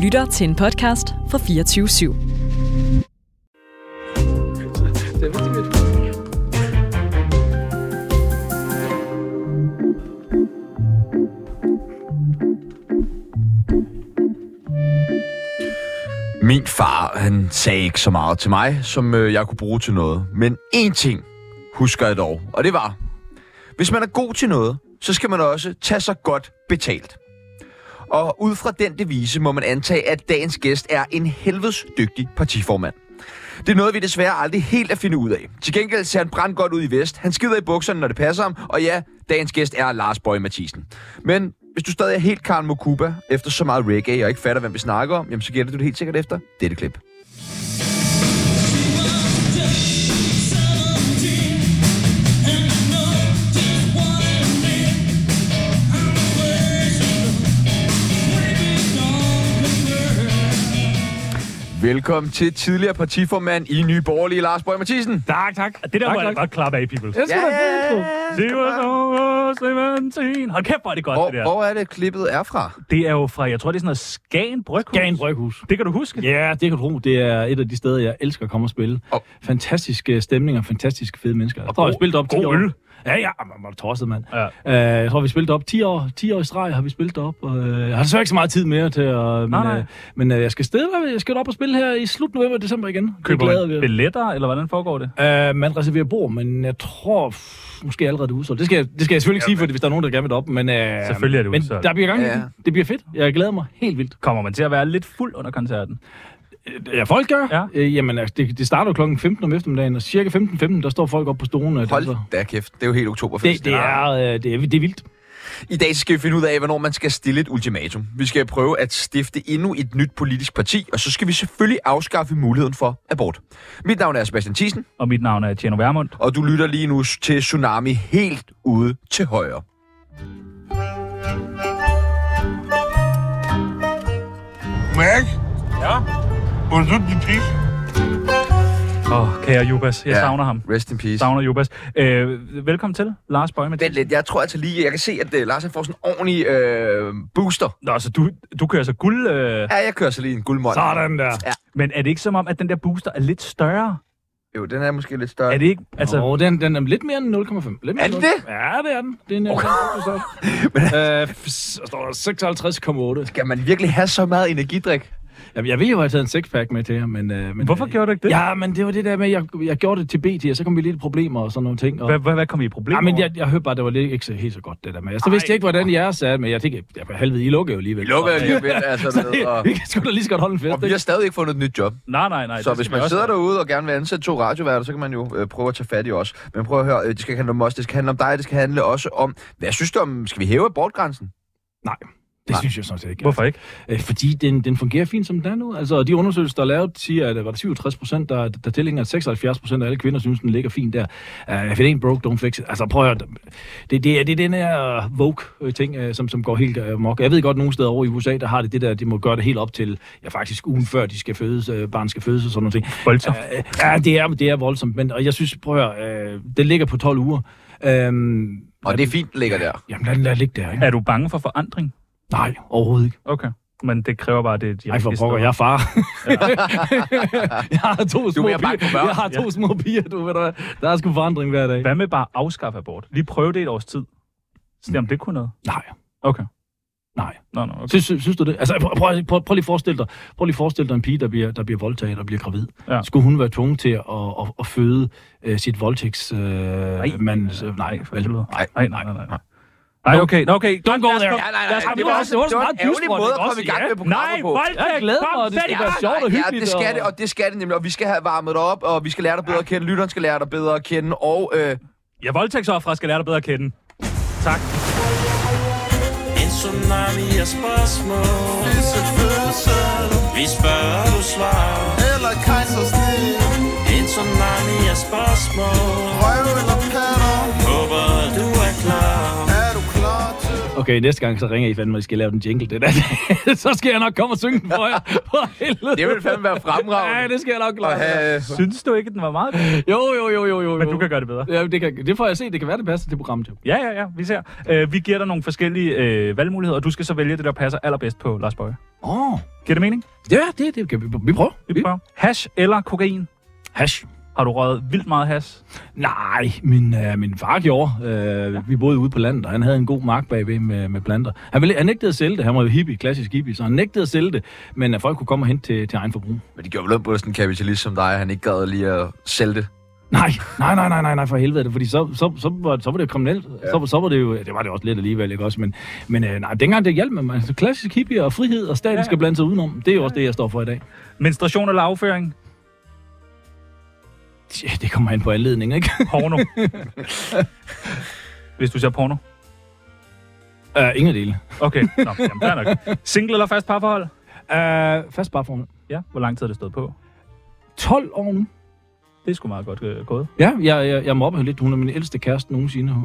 lytter til en podcast fra 24 /7. Min far, han sagde ikke så meget til mig, som øh, jeg kunne bruge til noget. Men én ting husker jeg dog, og det var, hvis man er god til noget, så skal man også tage sig godt betalt. Og ud fra den devise må man antage, at dagens gæst er en helvedes dygtig partiformand. Det er noget, vi desværre aldrig helt at finde ud af. Til gengæld ser han brændt godt ud i vest. Han skider i bukserne, når det passer ham. Og ja, dagens gæst er Lars Bøge Mathisen. Men hvis du stadig er helt Karl Mokuba efter så meget reggae og ikke fatter, hvem vi snakker om, jamen så gælder du det helt sikkert efter dette klip. Velkommen til tidligere partiformand i Nye Borgerlige, Lars Bøge Mathisen. Tak, tak. Det der Tak, må jeg da tak. godt klappe af, people. Jeg skal Ja, da ja, se på. ja, Det var over 17. Hold kæft, hvor er det godt, Hvor, det der. hvor er det, klippet er fra? Det er jo fra, jeg tror, det er sådan noget Skagen Bryghus. Skagen Bryghus. Det kan du huske. Ja, det kan du tro. Det er et af de steder, jeg elsker at komme og spille. Og- Oh. Fantastiske stemninger, fantastiske fede mennesker. Jeg tror, jeg spillet op 10 god år. øl. Ja, ja, man var tosset, mand. Ja. Uh, jeg tror, vi spillede op 10 år, 10 år i streg, har vi spillet op. Og, øh, jeg har desværre ikke så meget tid mere til at... Men, nej. øh, men øh, jeg skal stille, jeg skal op og spille her i slut november og december igen. Køber det glæder man vi. billetter, eller hvordan foregår det? Uh, man reserverer bord, men jeg tror pff, måske allerede det er udsolgt. Det skal, jeg- det skal jeg selvfølgelig ikke sige, for hvis der er nogen, der gerne vil op, men, uh, Selvfølgelig er det men udsolgt. der bliver gang i Ja. den. Det bliver fedt. Jeg glæder mig helt vildt. Kommer man til at være lidt fuld under koncerten? Ja, folk gør. Ja. Øh, jamen, altså, det, det starter jo klokken 15 om eftermiddagen, og cirka 15.15, der står folk op på stolen og Hold danser. da kæft, det er jo helt oktoberfest. Det, det, er, øh, det, er, det er vildt. I dag skal vi finde ud af, hvornår man skal stille et ultimatum. Vi skal prøve at stifte endnu et nyt politisk parti, og så skal vi selvfølgelig afskaffe muligheden for abort. Mit navn er Sebastian Thiesen, Og mit navn er Tjeno Vermund. og du lytter lige nu til Tsunami helt ude til højre. Mac? Ja? Hvor er du din pik? Åh, oh, kære Jubas. Jeg Ja. savner ham. Rest in peace. Savner Jubas. Øh, velkommen til, Lars Bøge Vent lidt, jeg tror altså lige, jeg kan se, at uh, Lars han får sådan en ordentlig uh, booster. Nå, så du, du kører så guld... Øh... Ja, jeg kører så lige en guldmål. Sådan der. Men er det ikke som om, at den der booster er lidt større? Jo, den er måske lidt større. Er det ikke? Altså, Altså, og den, den er lidt mere end 0,5. Lidt mere Er den end 0,5. Ja, det er den. Det er en okay. øh, f- så står der 56,8. Skal man virkelig have så meget energidrik? Jeg, jeg ville jo have taget en sexpack med til jer, men... Øh, men hvorfor gjorde du ikke det? Ja, men det var det der med, at jeg, jeg gjorde det til BT, og så kom vi lidt i problemer og sådan nogle ting. Og, Hvad, hvad, hvad kom I i problemer Ja, men over? jeg, jeg hørte bare, det var lidt, ikke så, helt så godt, det der med. Så vidste jeg ikke, hvordan jeres er, men jeg tænkte, jeg for helvede, I lukker jo alligevel. Vi lukker jo lige om lidt, altså. Så ved, det, og, vi kan sgu da lige så godt holde en fest, og vi har stadig ikke fundet et nyt job. Nej, nej, nej. Så det hvis skal vi man også sidder have. derude og gerne vil ansætte to radioværter, så kan man jo øh, prøve at tage fat i os. Men prøv at høre, øh, det skal ikke handle om os, det skal handle om dig, det skal handle også om, hvad synes du om, skal vi hæve abortgrænsen? Nej, det Nej. synes jeg sådan set ikke. Hvorfor ikke? Øh, fordi den, den fungerer fint, som den er nu. Altså, de undersøgelser, der er lavet, siger, at øh, var det 67 procent, der, der tilhænger, at 76 procent af alle kvinder synes, den ligger fint der. Uh, if it ain't broke, don't fix it. Altså, prøv at høre, det, det, er, det er den her Vogue-ting, øh, som, som går helt øh, mok. Jeg ved godt, nogle steder over i USA, der har det det der, de må gøre det helt op til, ja, faktisk ugen før de skal fødes, øh, barn skal fødes og sådan noget. Voldsomt. Øh, ja, det er, det er voldsomt, men og jeg synes, prøv at høre, øh, det ligger på 12 uger. Øhm, Og det er fint, det ligger der. Jamen, lad, lad ligge der, ikke? Er du bange for forandring? Nej, overhovedet ikke. Okay. Men det kræver bare, at det er de Ej, for rigtige pokker, steder. jeg er far. jeg har to små mere bange piger. for børn. Jeg har to små piger, du ved da. Der er sgu forandring hver dag. Hvad med bare at afskaffe abort? Lige prøve det et års tid. Se om det kunne noget. Mm. Nej, Okay. nej. Nå, nå, okay. Synes, synes, synes du det? Altså, prøv, prøv, prøv, prøv lige at forestille dig, prøv lige at forestille dig en pige, der bliver, der bliver voldtaget og bliver gravid. Ja. Ja. Skulle hun være tvunget til at, at, at føde øh, sit voldtægts... Øh, nej, mands- øh, nej, nej, for vel. helvede. Nej. Nej, nej, nej, nej. Nej, okay, nå, okay. Don't go there. Nej, nej, Lad os nej, komme det i gang. var også Det var også det var en meget ærgerlig dystre, måde ikke at komme i også? gang Ja. med programmet Nej, på. voldtægt! Jeg er glad for, Kom, at det sæt skal jer! være sjovt og Ja, hyggeligt. det skal det, og det skal det nemlig, og vi skal have varmet dig op, og vi skal lære dig bedre at kende, lytteren skal lære dig bedre at kende, og øh, Ja, voldtægtsoffre skal lære dig bedre at kende. Tak. En tsunami af spørgsmål Disse fødsel Vi spørger, du svarer eller kejsersnit En tsunami af spørgsmål Røv eller patter Håber, du er klar Er du klar til Okay, næste gang så ringer I fandme, at I skal lave den jingle. Det der. så skal jeg nok komme og synge den for jer. For helvede. det vil fandme være Ja, fremragende. det skal jeg nok at klare. have, øh, Synes du ikke, at den var meget god? Jo, jo, jo, jo, jo. Men du kan gøre det bedre. Ja, det, kan, det får jeg se. Det kan være, det passer til programmet. Jo. Ja, ja, ja, vi ser. Øh, vi giver dig nogle forskellige øh, valgmuligheder, og du skal så vælge det, der passer allerbedst på Lars Bøge. Åh. Oh. Giver det mening? Ja, det, det kan vi, vi prøver. Vi prøver. Hash eller kokain? Hash. Har du røget vildt meget hash? Nej, min, øh, min far gjorde. Øh, Vi boede ude på landet, og han havde en god mark bagved med, med planter. Han, ville, han nægtede at sælge det. Han var jo hippie, klassisk hippie, så han nægtede at sælge det. Men at folk kunne komme og hente til, til egen forbrug. Men det gjorde vel ondt på sådan en kapitalist som dig, han ikke gad lige at sælge det. Nej, nej, nej, nej, nej, nej for helvede. Fordi så, så, så, var, så var det jo kriminelt. Ja. Så, så var det jo, det var det også lidt alligevel, ikke også? Men, men øh, nej, dengang det hjalp med mig. Altså, klassisk hippie og frihed, og staten Ja. ja. skal blande sig udenom. Det er jo også det, jeg står for i dag. Menstruation eller afføring? Ja, det kommer an på anledning, ikke? Porno. Hvis du ser porno. Uh, ingen af dele. Okay, Nå, jamen, fair nok. Single eller fast parforhold? Uh, fast parforhold. Ja, hvor lang tid har det stået på? 12 år nu. Det er sgu meget godt øh, gået. Ja, jeg, jeg, jeg mobber hende lidt. Hun er min ældste kæreste nogensinde.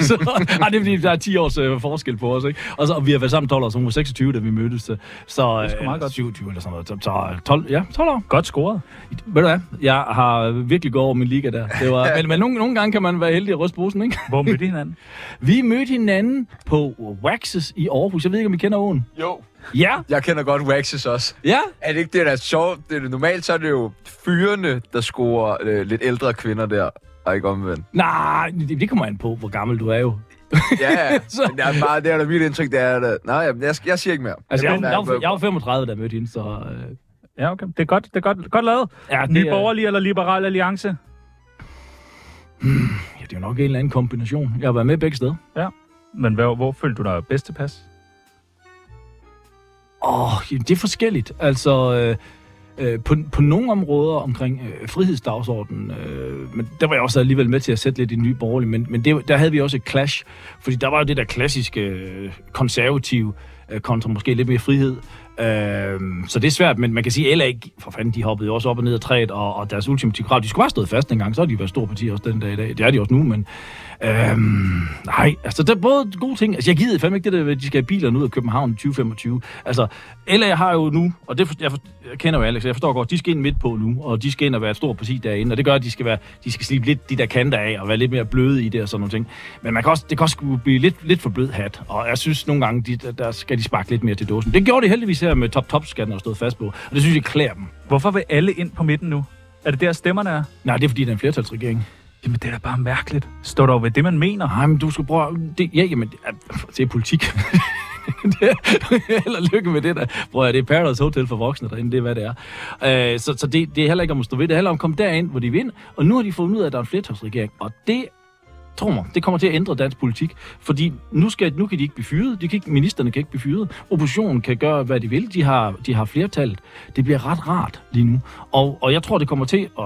så, ej, det er fordi, der er 10 års øh, forskel på os, ikke? Og, så, og vi har været sammen 12 år, så hun var 26, da vi mødtes. Så, så sgu meget godt. 27 eller sådan noget. Så, så 12, ja, 12 år. Godt scoret. Ved du hvad? Jeg har virkelig gået over min liga der. Det var, men men nogle, nogle gange kan man være heldig at ryste posen, ikke? Hvor mødte I hinanden? Vi mødte hinanden på Waxes i Aarhus. Jeg ved ikke, om I kender åen. Jo. Ja, Jeg kender godt Waxes også. ja. Er det ikke det, der er sjovt? Det er, normalt så er det jo fyrene, der scorer øh, lidt ældre kvinder der, og ikke omvendt. Nej, det, det kommer an på, hvor gammel du er jo. Ja, ja. Men det er bare det, er da mit indtryk, det er, at... øh, Nej, jamen, jeg, jeg siger ikke mere. Altså, jeg, Jamen, jeg, jeg, der var- er- jeg var 35, da jeg mødte hende, så... Øh, Ja, okay. Det er godt, det er godt, godt lavet. ja, Nye er- Borgerlige eller Liberal Alliance? Ja, det er jo nok en eller anden kombination. Jeg har været med begge steder. Men hvor, hvor følte du dig bedst tilpas? Åh, oh, det er forskelligt. Altså, øh, øh, på, på nogle områder omkring øh, frihedsdagsordenen, øh, men der var jeg også alligevel med til at sætte lidt i nye borgerlige, men, men det, der havde vi også et clash, fordi der var jo det der klassiske øh, konservative øh, kontra måske lidt mere frihed. Øh, så det er svært, men man kan sige, at LA, for fanden, de hoppede jo også op og ned af træet, og, og deres ultimative krav, de skulle have stået fast dengang, så har de været store partier også den dag i dag. Det er de også nu, men Øhm, nej, altså der er både gode ting. Altså jeg gider fandme ikke det der, med, at de skal have bilerne ud af København i 2025. Altså LA har jo nu, og det for, jeg, for, jeg kender jo Alex, jeg forstår godt, de skal ind midt på nu, og de skal ind og være et stort parti derinde, og det gør, at de skal, være, de skal slippe lidt de der kanter af, og være lidt mere bløde i det og sådan nogle ting. Men man kan også, det kan også sgu blive lidt, lidt for blød hat, og jeg synes nogle gange, de, der- der skal de sparke lidt mere til dåsen. Det gjorde de heldigvis her med top-top-skatten, der stod fast på, og det synes jeg klæder dem. Hvorfor vil alle ind på midten nu? Er det der, stemmerne er? Nej, det er fordi, der er en flertalsregering. Jamen, det er da bare mærkeligt. Står dog ved det, man mener. Nej, men du skal prøve... Det, ja, jamen, det er- det er politik. det er, eller lykke med det der. Prøv at det er Paradise Hotel for voksne derinde, det er hvad det er. Øh, så så det, det er heller ikke om at stå ved, det handler om at komme derind, hvor de vinder. Og nu har de fundet ud af, at der er en flertalsregering, og det Tro mig, det kommer til at ændre dansk politik, fordi nu, skal, nu kan de ikke blive fyret, de kan ikke, ministerne kan ikke blive fyret, oppositionen kan gøre, hvad de vil, de har, de har flertallet. Det bliver ret rart lige nu, og, og jeg tror, det kommer til at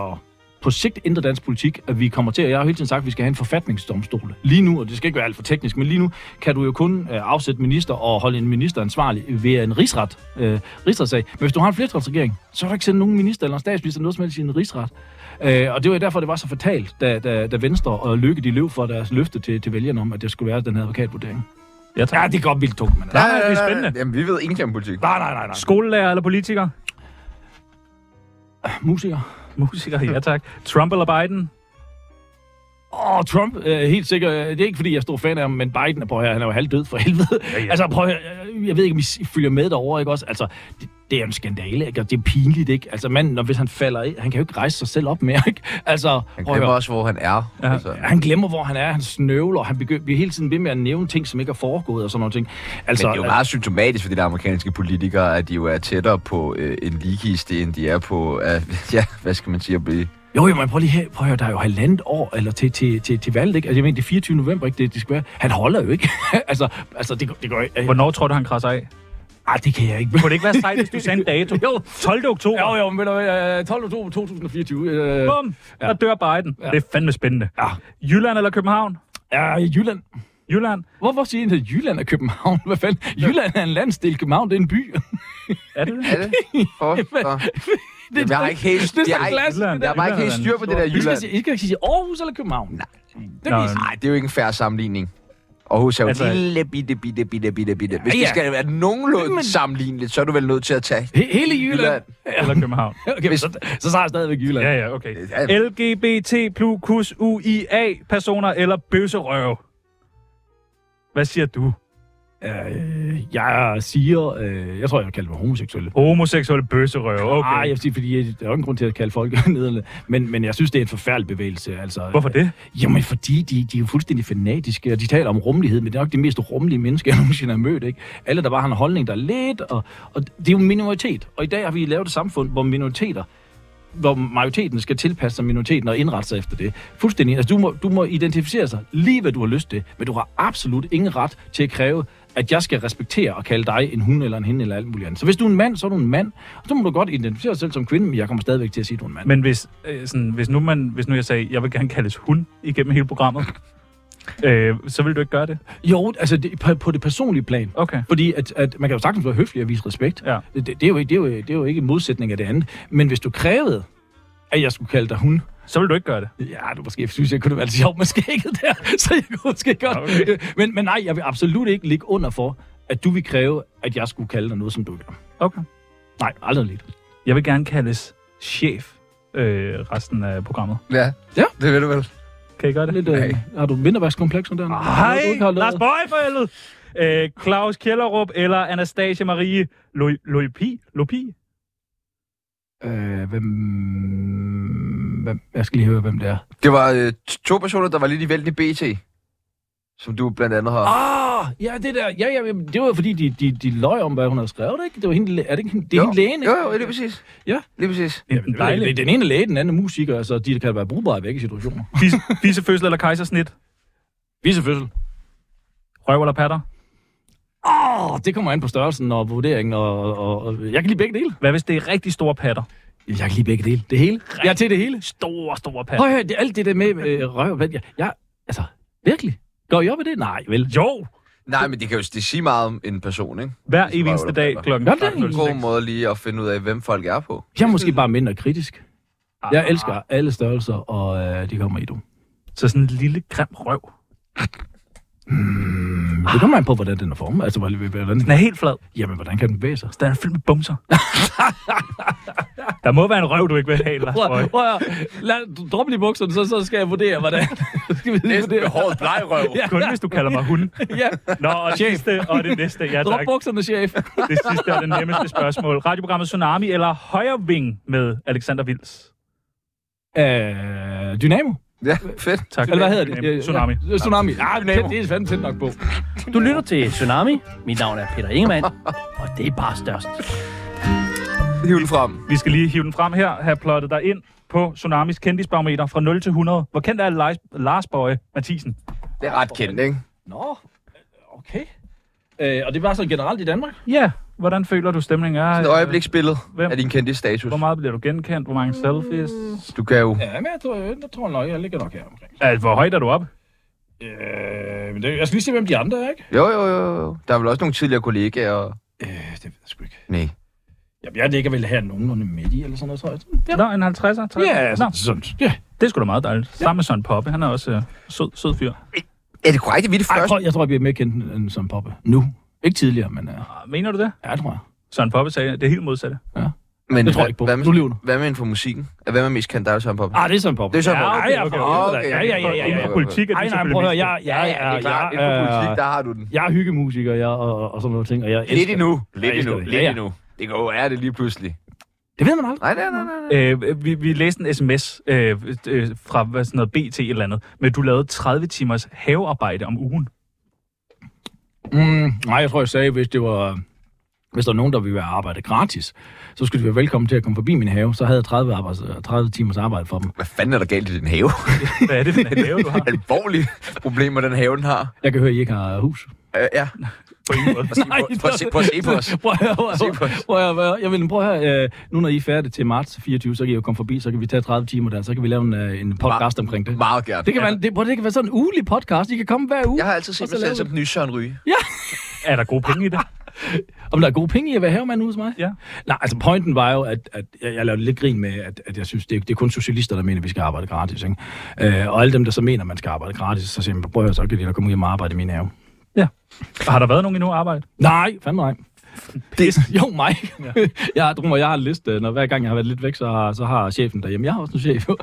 på sigt ændre dansk politik, at vi kommer til, og jeg har jo hele tiden sagt, at vi skal have en forfatningsdomstol. Lige nu, og det skal ikke være alt for teknisk, men lige nu kan du jo kun øh, afsætte minister og holde en minister ansvarlig ved en rigsret, øh, rigsretssag. Men hvis du har en flertalsregering, så har du ikke sendt nogen minister eller en statsminister noget som helst i en rigsret. Øh, og det var jo derfor, det var så fatalt, da, da, da Venstre og Lykke de løb for deres løfte til, til vælgerne om, at det skulle være den her advokatvurdering. Ja, tak. Ja, det er godt vildt tungt, men altså. Nej, nej, det er spændende. Jamen, vi ved ingenting om politik. Nej, nej, nej, nej. Skolelærer eller politiker? Musiker. Musiker, ja tak. Trump eller Biden? Åh, oh, Trump, øh, helt sikkert. Det er ikke, fordi jeg er stor fan af ham, men Biden er på her. Han er jo halvdød for helvede. Ja, ja. Altså, prøv at høre, øh, jeg ved ikke, om I s- følger med derovre, ikke også? Altså, det, det er en skandale, ikke? Og det er pinligt, ikke? Altså, manden, når, hvis han falder i, han kan jo ikke rejse sig selv op mere, ikke? Altså, Han prøv at glemmer høre. også, hvor han er. Ja. Altså. Han glemmer, hvor han er, han snøvler, han begy- bliver hele tiden ved med at nævne ting, som ikke er foregået og sådan nogle ting. Altså, Men det er jo meget symptomatisk for de der amerikanske politikere, at de jo er tættere på øh, en ligiste, end de er på, øh, ja, hvad skal man sige, at blive... Jo, jo, men prøv lige her. Prøv at høre, der er jo halvandet år eller til, til, til, til valget, ikke? Altså, jeg mener, det er 24. november, ikke? Det, det skal være. Han holder jo ikke. altså, altså, det, går- det går ikke. Øh, Hvornår tror du, han krasser af? ah, det kan jeg ikke. Kunne det ikke være sejt, hvis du sagde en dato? Jo, 12. oktober. jo, jo, men ved du hvad, øh, 12. oktober 2024. Øh, Bum, der dør Biden. Ja. Det er fandme spændende. ja, Jylland eller København? ja, i Jylland. Jylland. Hvorfor siger I, at Jylland er København? Hvad fanden? Jylland er en landsdel, København det er en by. Er det det? Er det? For, for. Jamen, jeg har ikke helt, det er jeg så har ikke, klassisk. Jylland. jeg har bare ikke helt styr på det der I skal, Jylland. sige- I skal sige Aarhus eller København. Nej. Det er Nå, nej. nej. Nej, det er jo ikke en færre sammenligning. Aarhus er jo Altså- altså, lille, bitte, bitte, bitte, bitte, bitte. Hvis Ja, Ah, ja, ja. det skal være nogenlunde Men- Men... sammenligneligt, så er du vel nødt til at tage... Hele Jylland. Eller København? Okay, Hvis- så, så tager jeg stadigvæk Jylland. Ja, ja, okay. Ja, ja. LGBT plus UIA-personer eller bøsserøv? Hvad siger du? Øh, jeg siger, øh, jeg tror, jeg vil kalde dem homoseksuelle. Homoseksuelle bøsserøve, okay. Nej, jeg vil sige, fordi øh, der er jo ingen grund til at kalde folk nederlændere. Men, men jeg synes, det er en forfærdelig bevægelse. Altså, Hvorfor det? Jamen, fordi de, de er jo fuldstændig fanatiske, og de taler om rummelighed, men det er nok de mest rummelige mennesker, jeg nogensinde har mødt. Ikke? Alle, der bare har en holdning, der er lidt, og, og det er jo en minoritet. Og i dag har vi lavet et samfund, hvor minoriteter hvor majoriteten skal tilpasse sig minoriteten og indrette sig efter det. Fuldstændig. Altså, du må, du må identificere sig lige, hvad du har lyst til, men du har absolut ingen ret til at kræve, at jeg skal respektere og kalde dig en hun eller en hende eller alt muligt andet. Så hvis du er en mand, så er du en mand. Og så må du godt identificere dig selv som kvinde, men jeg kommer stadigvæk til at sige, at du er en mand. Men hvis, øh, sådan, hvis, nu man, hvis nu jeg sagde, jeg vil gerne kaldes hun igennem hele programmet, øh, så vil du ikke gøre det? Jo, altså det, på, på det personlige plan. Okay. Fordi at, at man kan jo sagtens være høflig og vise respekt. Ja. Det, det, er jo, ikke- det, er jo, det er jo ikke en modsætning af det andet. Men hvis du krævede, at jeg skulle kalde dig hun, Så vil du ikke gøre det? ja, du måske synes, jeg kunne være lidt sjov med skægget der, så jeg kunne måske godt. Okay. Men, men nej, jeg vil absolut ikke ligge under for, at du vil kræve, at jeg skulle kalde dig noget, som du gør. Okay. Nej, aldrig lidt. Jeg vil gerne kaldes chef øh, resten af programmet. Ja. Ja. Det ved du vel. Kan I gøre det? lidt øh, har du vinterværkskomplekser der? Hej, Lars Bøge for helvede. Øh, Claus Kjellerup eller Anastasia Marie Lo- Loipi? Lopi? Øh, hvem, hvem, jeg skal lige høre, hvem det er. Det var øh, t- to personer, der var lidt i vælten i BT, som du blandt andet har... Ah, ja, det der. Ja, ja, jamen, det var jo fordi, de, de, de løg om, hvad hun havde skrevet, ikke? Det var hende, læ- er det ikke hende, det er Jo. hende lægen, ikke? Jo, jo, lige præcis. Ja. Lige præcis. Jamen, det er Dejligt. dejligt. Den ene er læge, den anden er musiker, altså de kan være brugbare i begge situationer. Fisse, fissefødsel eller kejsersnit? Visefødsel. Røv eller patter? Åh, oh, det kommer an på størrelsen og vurderingen, og, og, og, jeg kan lide begge dele. Hvad hvis det er rigtig store patter? Jeg kan lide begge dele. Det hele. Jeg er til det hele. Store, store patter. Prøv at høre, det, alt det der med øh, røv, hvad- jeg, jeg, altså, virkelig? Går I op i det? Nej, vel. Jo! Nej, men det kan jo det siger meget om en person, ikke? Hver Røv evig eneste eller dag patter. klokken Gør det? 13.06. God måde lige at finde ud af, hvem folk er på. Jeg er måske bare mindre kritisk. Ah, Jeg elsker alle størrelser, og øh, de kommer i du. Så sådan en lille grim røv. Det kommer an på, hvordan den er formet. Altså, hvordan, hvordan, Den er helt flad. jamen, hvordan kan den bevæge sig? Så den er fyldt med bumser. der må være en røv, du ikke vil have, Lars Bøge. Prøv, prøv at høre. Lad, du drop lige bukserne, så, så skal jeg vurdere, hvordan. skal vi lige vurdere? hårdt blegrøv. Ja. Kun hvis du kalder mig hun. Ja, Nå, og det sidste, og det næste. Ja, drop tak. bukserne, chef. Det sidste er det nemmeste spørgsmål. Radioprogrammet Tsunami eller Højreving med Alexander Vils? Øh, Dynamo. ja, fedt. Tak. Eller hvad hedder det? Dynamo. Tsunami. Ja, tsunami. Ja, Dynamo. Det er fandme tæt nok på. Du lytter til Tsunami. Mit navn er Peter Ingemann, og det er bare størst. Hyld frem. Vi skal lige hive den frem her, have plottet dig ind på Tsunamis kendisbarometer fra 0 til 100. Hvor kendt er Lars, Lars Bøje Mathisen? Det er ret kendt, ikke? Nå, okay. Øh, og det var sådan generelt i Danmark? Ja, hvordan føler du stemningen er? Et øjebliksbillede Hvem? af din kendte status. Hvor meget bliver du genkendt? Hvor mange selfies? Du kan jo... Ja, men jeg tror, jeg, jeg tror nok, jeg ligger nok her omkring. Altså, hvor højt er du op? Øh, men det, jeg skal lige se, hvem de andre er, ikke? Jo, jo, jo. jo. Der er vel også nogle tidligere kollegaer. og- Øh, det ved jeg sgu ikke. Nej. Jamen, jeg ligger vel her nogenlunde midt i, eller sådan noget, tror jeg. Ja, Nå, en 50'er? 60'er? ja Nå, sådan, sådan. Ja. altså. det er sgu da meget dejligt. Sammen med Søren Poppe, han er også øh, sød, sød fyr. Er det korrekt, at vi er det Ej, jeg, første? tror, jeg tror, jeg bliver mere kendt end- end som Poppe. Nu. Ikke tidligere, men uh, Mener du det? ja, tror jeg. Søren Poppe sagde, at det er helt modsatte. Men Det tror jeg ikke på. Hvad med, Nu lyver du. hvad med inden for musikken? Er- Hvem er mest kendt? Der er jo Søren Poppe. Ah, det er som Poppe. Det er Søren Ja, Poppe. okay, okay, okay. okay. Ja, ja, ja, ja, Inden ja. for politik er det Ej, nej, selvfølgelig prøv at høre, mest- jeg, jeg, Ja, det er jeg, klart. Inden for politik, jeg, der har du den. jeg er hyggemusiker jeg, og, og sådan noget ting, og jeg elsker Lidt endnu. Lidt Jeg elsker endnu. det. Ja, Lidt ja. endnu. Det går jo er det lige pludselig. Det ved man aldrig. Nej, nej, nej, nej. nej. Øh, vi, vi læste en sms øh, øh, fra hvad, sådan noget BT et eller andet, men du lavede 30 timers havearbejde om ugen. Mm, nej, jeg tror, jeg sagde, hvis det var... Hvis der er nogen, der ville være arbejde gratis, så skulle de være velkommen til at komme forbi min have. Så havde jeg 30, arbejds, 30 timers arbejde for dem. Hvad fanden er der galt i din have? Hvad er det for en have, du har? Alvorlige problemer, den have, den har. Jeg kan høre, at I ikke har hus. Øh, ja. På ingen måde. Nej, prøv, at se, prøv at se på os. Prøv at høre, prøv at Se høre, på os. prøv at høre. Jeg vil prøve at høre, øh, nu når I er færdige til marts 24, så kan I jo komme forbi, så kan vi tage 30 timer der, så kan vi lave en, øh, en podcast omkring det. Meget gerne. Det kan, være, det, prøv, at- det kan være sådan en ugelig podcast, I kan komme hver uge. Jeg har altid set Og så mig selv laver som vi- den nye Søren Ryge. Er der gode penge i det? Om der er gode penge i at være havemand ude hos mig? Ja. Nej, altså pointen var jo, at, at jeg, jeg lavede lidt grin med, at, at jeg synes, det er, det er kun socialister, der mener, at vi skal arbejde gratis. Ikke? Øh, og alle dem, der så mener, at man skal arbejde gratis, så siger man, prøv at høre, så kan de da komme ud og arbejde i min have. Har der været nogen endnu arbejde? Nej, fandme nej. Det- Jo, mig. Ja. jeg, drømmer, jeg har en liste, når hver gang jeg har været lidt væk, så har, så har chefen derhjemme, jeg har også en chef jo,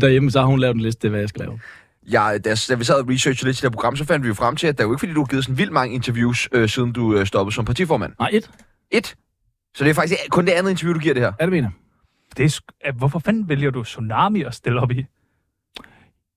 derhjemme, så har hun lavet en liste, hvad jeg skal lave. jeg, da, jeg- da vi sad og researchede lidt til det her program, så fandt vi jo frem til, at det er jo ikke fordi, du har givet sådan vildt mange interviews, øh, siden du øh, stoppede som partiformand. Nej, et. Et. Så det er faktisk kun det andet interview, du giver det her. Er det mener? Det er, sk- at hvorfor fanden vælger du Tsunami at stille op i?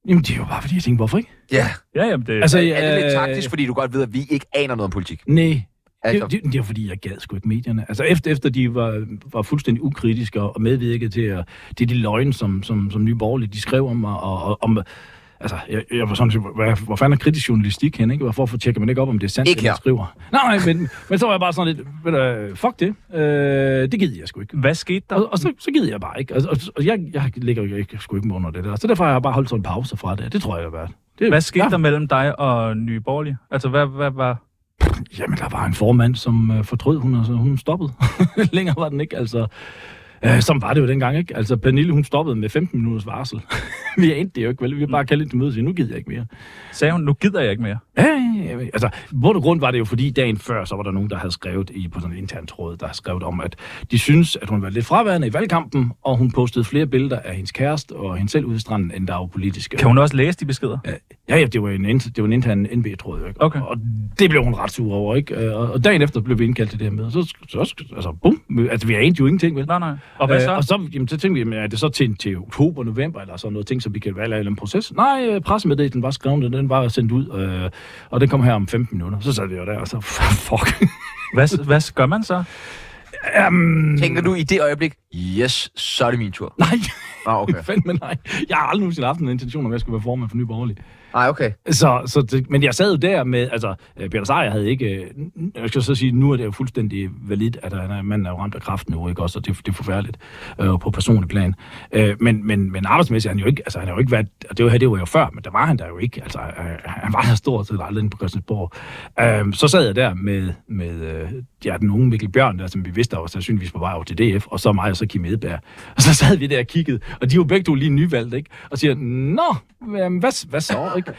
Jamen, det er jo bare fordi, jeg tænkte, hvorfor ikke? Ja. Ja, jamen det... Altså, Er det lidt øh, taktisk, fordi du godt ved, at vi ikke aner noget om politik? Nej, Altså, det, det, det var fordi, jeg gad sgu ikke medierne. Altså efter, efter de var, var fuldstændig ukritiske og og medvirkede til, at, til de løgne, som, som, som Nye Borgerlige, de skrev om mig, og, og om... Altså, jeg, jeg var sådan, set, hvor, hvor fanden er kritisk journalistik hen, ikke? Hvorfor tjekker man ikke op, om det er sandt, Ikke det man her. skriver? Nej, nej, men, men så var jeg bare sådan lidt, ved du, hvad, fuck det. Øh, det gider jeg sgu ikke. Hvad skete der? Og, og så, så gider jeg bare ikke. Altså, Og, og jeg, jeg ligger jo ikke, sgu ikke mig under det der. Så derfor har jeg bare holdt sådan en pause fra det. Det tror jeg, jeg har været. Det, Hvad skete ja. ja. der mellem dig og Nye Borgerlige? Altså, hvad, hvad var... Jamen, der var en formand, som øh, fortrød hun, og så hun stoppede. Længere var den ikke, altså... Øh, som var det jo dengang, ikke? Altså, Pernille, hun stoppede med 15 minutters varsel. vi endte det jo ikke, vel? Vi har bare kaldt ind til møde og sige, nu gider jeg ikke mere. Sagde hun, nu gider jeg ikke mere. Ja, ja, ja. altså, i bund og grund var det jo, fordi dagen før, så var der nogen, der havde skrevet i, på sådan en intern tråd, der havde skrevet om, at de synes, at hun var lidt fraværende i valgkampen, og hun postede flere billeder af hendes kæreste og hende selv ude i stranden, end der var politiske. Kan hun også læse de beskeder? Ja. Øh, Ja, ja, det var en, int- det var en intern NB-tråd, ikke? Okay. Og det blev hun ret sur over, ikke? Øh, Og og dagen efter blev vi indkaldt til det her møde. Så, så altså, bum, mø- altså, vi anede jo ingenting, vel? Nej, nej. Og hvad så? Øh, og så, jamen, så tænkte vi, jamen, er det så til, til oktober, november eller sådan noget ting, som vi kan valge eller en proces? Nej, øh, pressemeddelelsen var skrevet, og den var sendt ud, øh, og den kom her om 15 minutter. Så sad vi jo der, og så, fuck. Hvad, hvad gør man så? tænker du i det øjeblik, yes, så er det min tur? nej, Ah, okay. okay. fandme nej. Jeg har aldrig nogensinde haft en intention om, at jeg skulle være formand for Nye Borgerlige. Nej, okay. Så, så det, men jeg sad jo der med, altså, øh, Peter Seier havde ikke, øh, jeg skal så sige, nu er det jo fuldstændig validt, at han er, manden er jo ramt af kraft nu, ikke også, og det, det er forfærdeligt øh, på personlig plan. Øh, men, men, men arbejdsmæssigt, er han jo ikke, altså, han har jo ikke været, og det var, det var jo før, men der var han der jo ikke, altså, øh, han var der stort set aldrig inde på Christiansborg. Øh, så sad jeg der med, med øh, ja, den unge Mikkel Bjørn, der, som vi vidste, der var sandsynligvis på vej over til DF, og så mig og så Kim Edberg. Og så sad vi der og kiggede, og de er jo begge to lige nyvalgt, ikke? Og siger, nå, jamen, hvad, hvad så, ikke?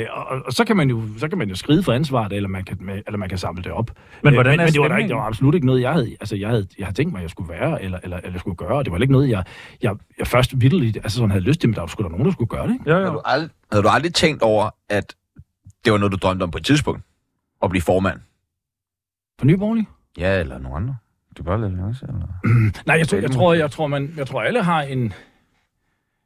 Øh, og, og, så, kan man jo, så kan man jo skride for ansvaret, eller man kan, eller man kan samle det op. Men Øh, hvordan men, er men det var, der ikke, stemningen? det var absolut ikke noget, jeg havde, altså, jeg havde, jeg havde tænkt mig, jeg skulle være, eller, eller, eller skulle gøre, og det var heller ikke noget, jeg, jeg, jeg først vildt, altså sådan havde lyst til, men der var sgu da nogen, der skulle gøre det, ikke? Jo, Havde du, jo. aldrig, havde du aldrig tænkt over, at det var noget, du drømte om på et tidspunkt? At blive formand? For Nye Borgerlige? Ja, eller nogen andre. Det er bare lidt langt, eller? Nej, jeg, tror, jeg, Elmo. tror, jeg, tror, man, jeg tror, alle har en...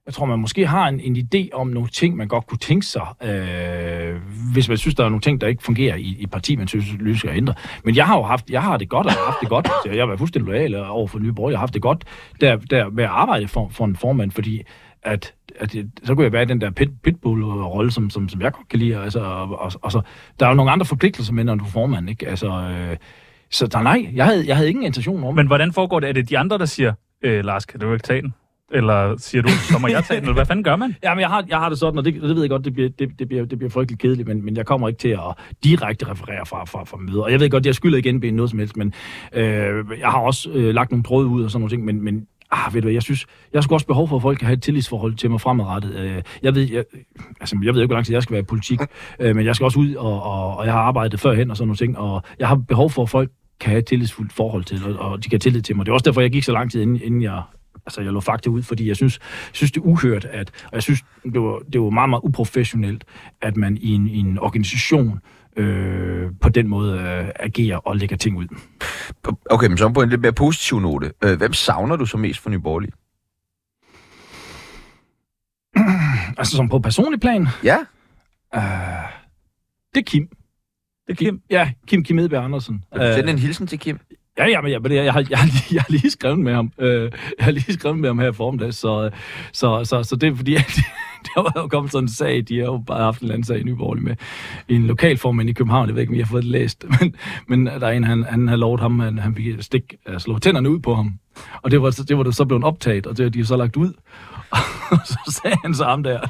Jeg tror, man måske har en, en idé om nogle ting, man godt kunne tænke sig, øh, hvis man synes, der er nogle ting, der ikke fungerer i, i et parti, man synes, lyst skal ændre. Men jeg har jo haft, jeg har det godt, og jeg har haft det godt. Så jeg har været fuldstændig lojal over for Nye Borgerlige. Jeg har haft det godt der, der med at arbejde for, for en formand, fordi at, at jeg- så kunne jeg være i den der pit, pitbull-rolle, som, som, som jeg godt kan lide. Altså, og, og, og så, der er jo nogle andre forpligtelser med, når du er formand. Ikke? Altså, øh, så der, nej, jeg havde, jeg havde ingen intention om Men hvordan foregår det? Er det de andre, der siger, øh, Lars, kan du ikke tage den? Eller siger du, så må jeg tage den? Eller hvad fanden gør man? Ja, men jeg har, jeg har det sådan, og det, det ved jeg godt, det bliver, det, det bliver, det bliver frygteligt kedeligt, men, men jeg kommer ikke til at direkte referere fra, fra, fra møder. Og jeg ved godt, jeg skylder ikke NB noget som helst, men øh, jeg har også øh, lagt nogle tråde ud og sådan nogle ting, men, men ah, ved du hvad, jeg synes, jeg har sgu også behov for, at folk kan have et tillidsforhold til mig fremadrettet. Øh, jeg, ved, jeg, altså, jeg ved ikke, hvor lang tid jeg skal være i politik, øh, men jeg skal også ud, og, og, og jeg har arbejdet førhen og sådan nogle ting, og jeg har behov for, at folk kan have et tillidsfuldt forhold til, og, og de kan have tillid til mig. Det er også derfor, jeg gik så lang tid, inden, inden jeg altså jeg lå fakta ud, fordi jeg synes, synes det er uhørt, at, og jeg synes, det var, det var meget, meget uprofessionelt, at man i en, i en organisation øh, på den måde øh, agerer og lægger ting ud. Okay, men så på en lidt mere positiv note. Øh, Hvem savner du så mest for Nye Borgerlige? Altså som på personlig plan, øh, Ja, det er Kim. Det er Kim. Ja, Kim Kim Edberg Andersen. vil du Øh, sende en hilsen til Kim. Ja, ja, men jeg, men jeg, jeg, har, jeg, har lige, jeg har lige skrevet med ham. Øh, jeg har lige skrevet med ham her i formiddag, så, øh, så, så, så det er fordi, at der var jo kommet sådan en sag, de har jo bare haft en eller anden sag i Nyborg med en lokalformand i København, jeg ved ikke, om I har fået det læst, men, men der er en, han, han har lovet ham, at han ville stik, uh, slå tænderne ud på ham. Og det var, så- det var det så blevet optaget, og det har de jo så lagt ud. Og så sagde han så ham der,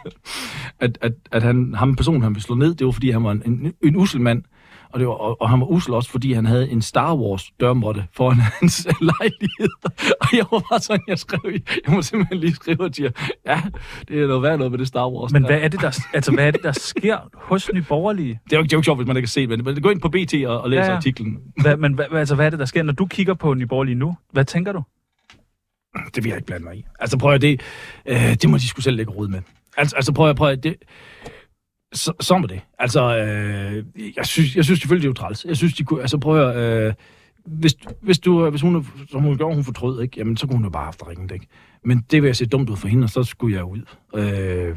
at, at, at han, ham personen, han ville slå ned, det var, fordi han var en, en, en usel mand, og, det var, og, og han var usel også, fordi han havde en Star Wars dørmåtte foran hans lejlighed. Og jeg var bare sådan, jeg skrev, i- jeg må simpelthen lige skrive og siger, ja, det er noget værd noget med det Star Wars. Men der." hvad er det, der, altså, hvad er det, der sker hos Nye Borgerlige? Det er jo ikke, det er jo ikke sjovt, hvis man ikke kan se det, men gå ind på BT og, og læs Ja, ja, ja. ja. artiklen. Hvad, men hvad, altså, hvad er det, der sker, når du kigger på Nye Borgerlige nu? Hvad tænker du? Det vil jeg ikke blande mig i. Altså prøv at høre, det, øh, det må de skulle selv lægge råd med. Altså, altså prøv at, prøv at, det, så, så med det. Altså, øh, jeg, synes, jeg synes selvfølgelig, det er jo træls. Jeg synes, de kunne, altså prøv at, høre, øh, hvis, hvis, du, hvis hun, som hun gjorde, hun fortrød, ikke? Jamen, så kunne hun jo bare have forringet, ikke? Men det vil jeg se dumt ud for hende, og så skulle jeg ud. Øh,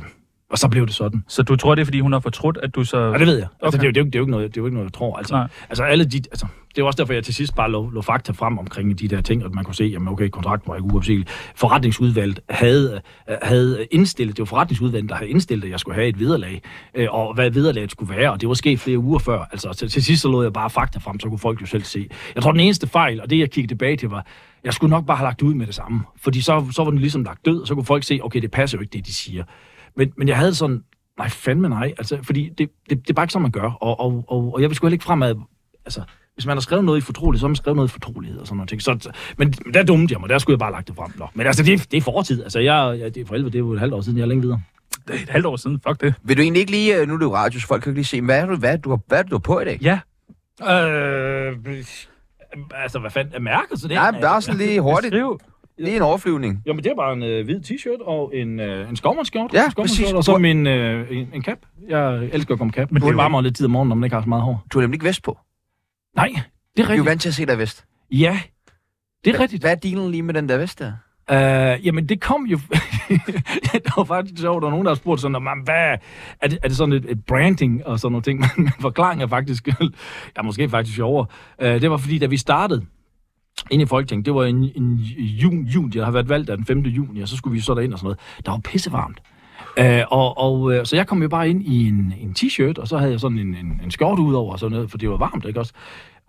og så blev det sådan. Så du tror, det er, fordi hun har fortrudt, at du så... Ja, det ved jeg. Altså, Okay. okay. det, er jo, det, er jo, det er jo ikke noget, det er jo ikke noget, jeg tror. Altså, Nej. altså alle de, altså, det er jo også derfor, jeg til sidst bare lå, lå fakta frem omkring de der ting, at man kunne se, jamen okay, kontrakten var ikke uopsigelig. Forretningsudvalget havde, øh, havde indstillet, det var forretningsudvalget, der havde indstillet, at jeg skulle have et vederlag, øh, og hvad vederlaget skulle være, og det var sket flere uger før. Altså, til, til sidst så lå jeg bare fakta frem, så kunne folk jo selv se. Jeg tror, den eneste fejl, og det jeg kiggede tilbage til, var, jeg skulle nok bare have lagt det ud med det samme. Fordi så, så var den ligesom lagt død, og så kunne folk se, okay, det passer jo ikke, det de siger. Men, men jeg havde sådan, nej fandme nej, altså, fordi det, det, det er bare ikke sådan, man gør. Og, og, og, og jeg vil sgu heller ikke fremad, altså, hvis man har skrevet noget i fortrolighed, så har man skrevet noget i fortrolighed og sådan noget. Så, men der dummede jeg mig, der skulle jeg bare have lagt det frem. Nå. Men altså, det, er- det er fortid. Altså, jeg, jeg, det er for helvede, det er jo et halvt år siden, jeg er længe videre. Det er et halvt år siden. Fuck det. Vil du egentlig ikke lige, øh, nu er det jo radio, så folk kan ikke lige se, hvad er du, hvad er du, hvad er det, du har på i dag? Ja. Øh, altså, hvad fanden er mærker så det? Nej, men bare sådan lige hurtigt. Skriv. Lige en overflyvning. Jo, men det er bare en øh, hvid t-shirt og en, øh, en skovmandskjort. Ja, en skovmandskjort, præcis. Og så min, øh, en, en cap. Jeg elsker at komme cap, men det varmer mig lidt tid om morgenen, når man ikke har så meget hår. Du har nemlig ikke vest på. Nej, det er Vi er jo rigtigt. vant til at se dig i vest. Ja, det er rigtigt. Hvad er dealen lige med den der vest der? Øh, jamen, det kom jo... det var faktisk sjovt, der var nogen, der har spurgt sådan, "Man, hvad... Er det, er det sådan et, et branding og sådan nogle ting? Men, men forklaringen er faktisk... ja, måske faktisk sjovere. Øh, det var fordi, da vi startede ind i Folketinget, det var en, en juni, juni, jeg har været valgt af den 5. juni, og så skulle vi så derind og sådan noget. Der var pissevarmt. Øh, og, og, øh, så jeg kom jo bare ind i en, en t-shirt, og så havde jeg sådan en, en, en skjorte ud over, og sådan noget, for det var varmt, ikke også?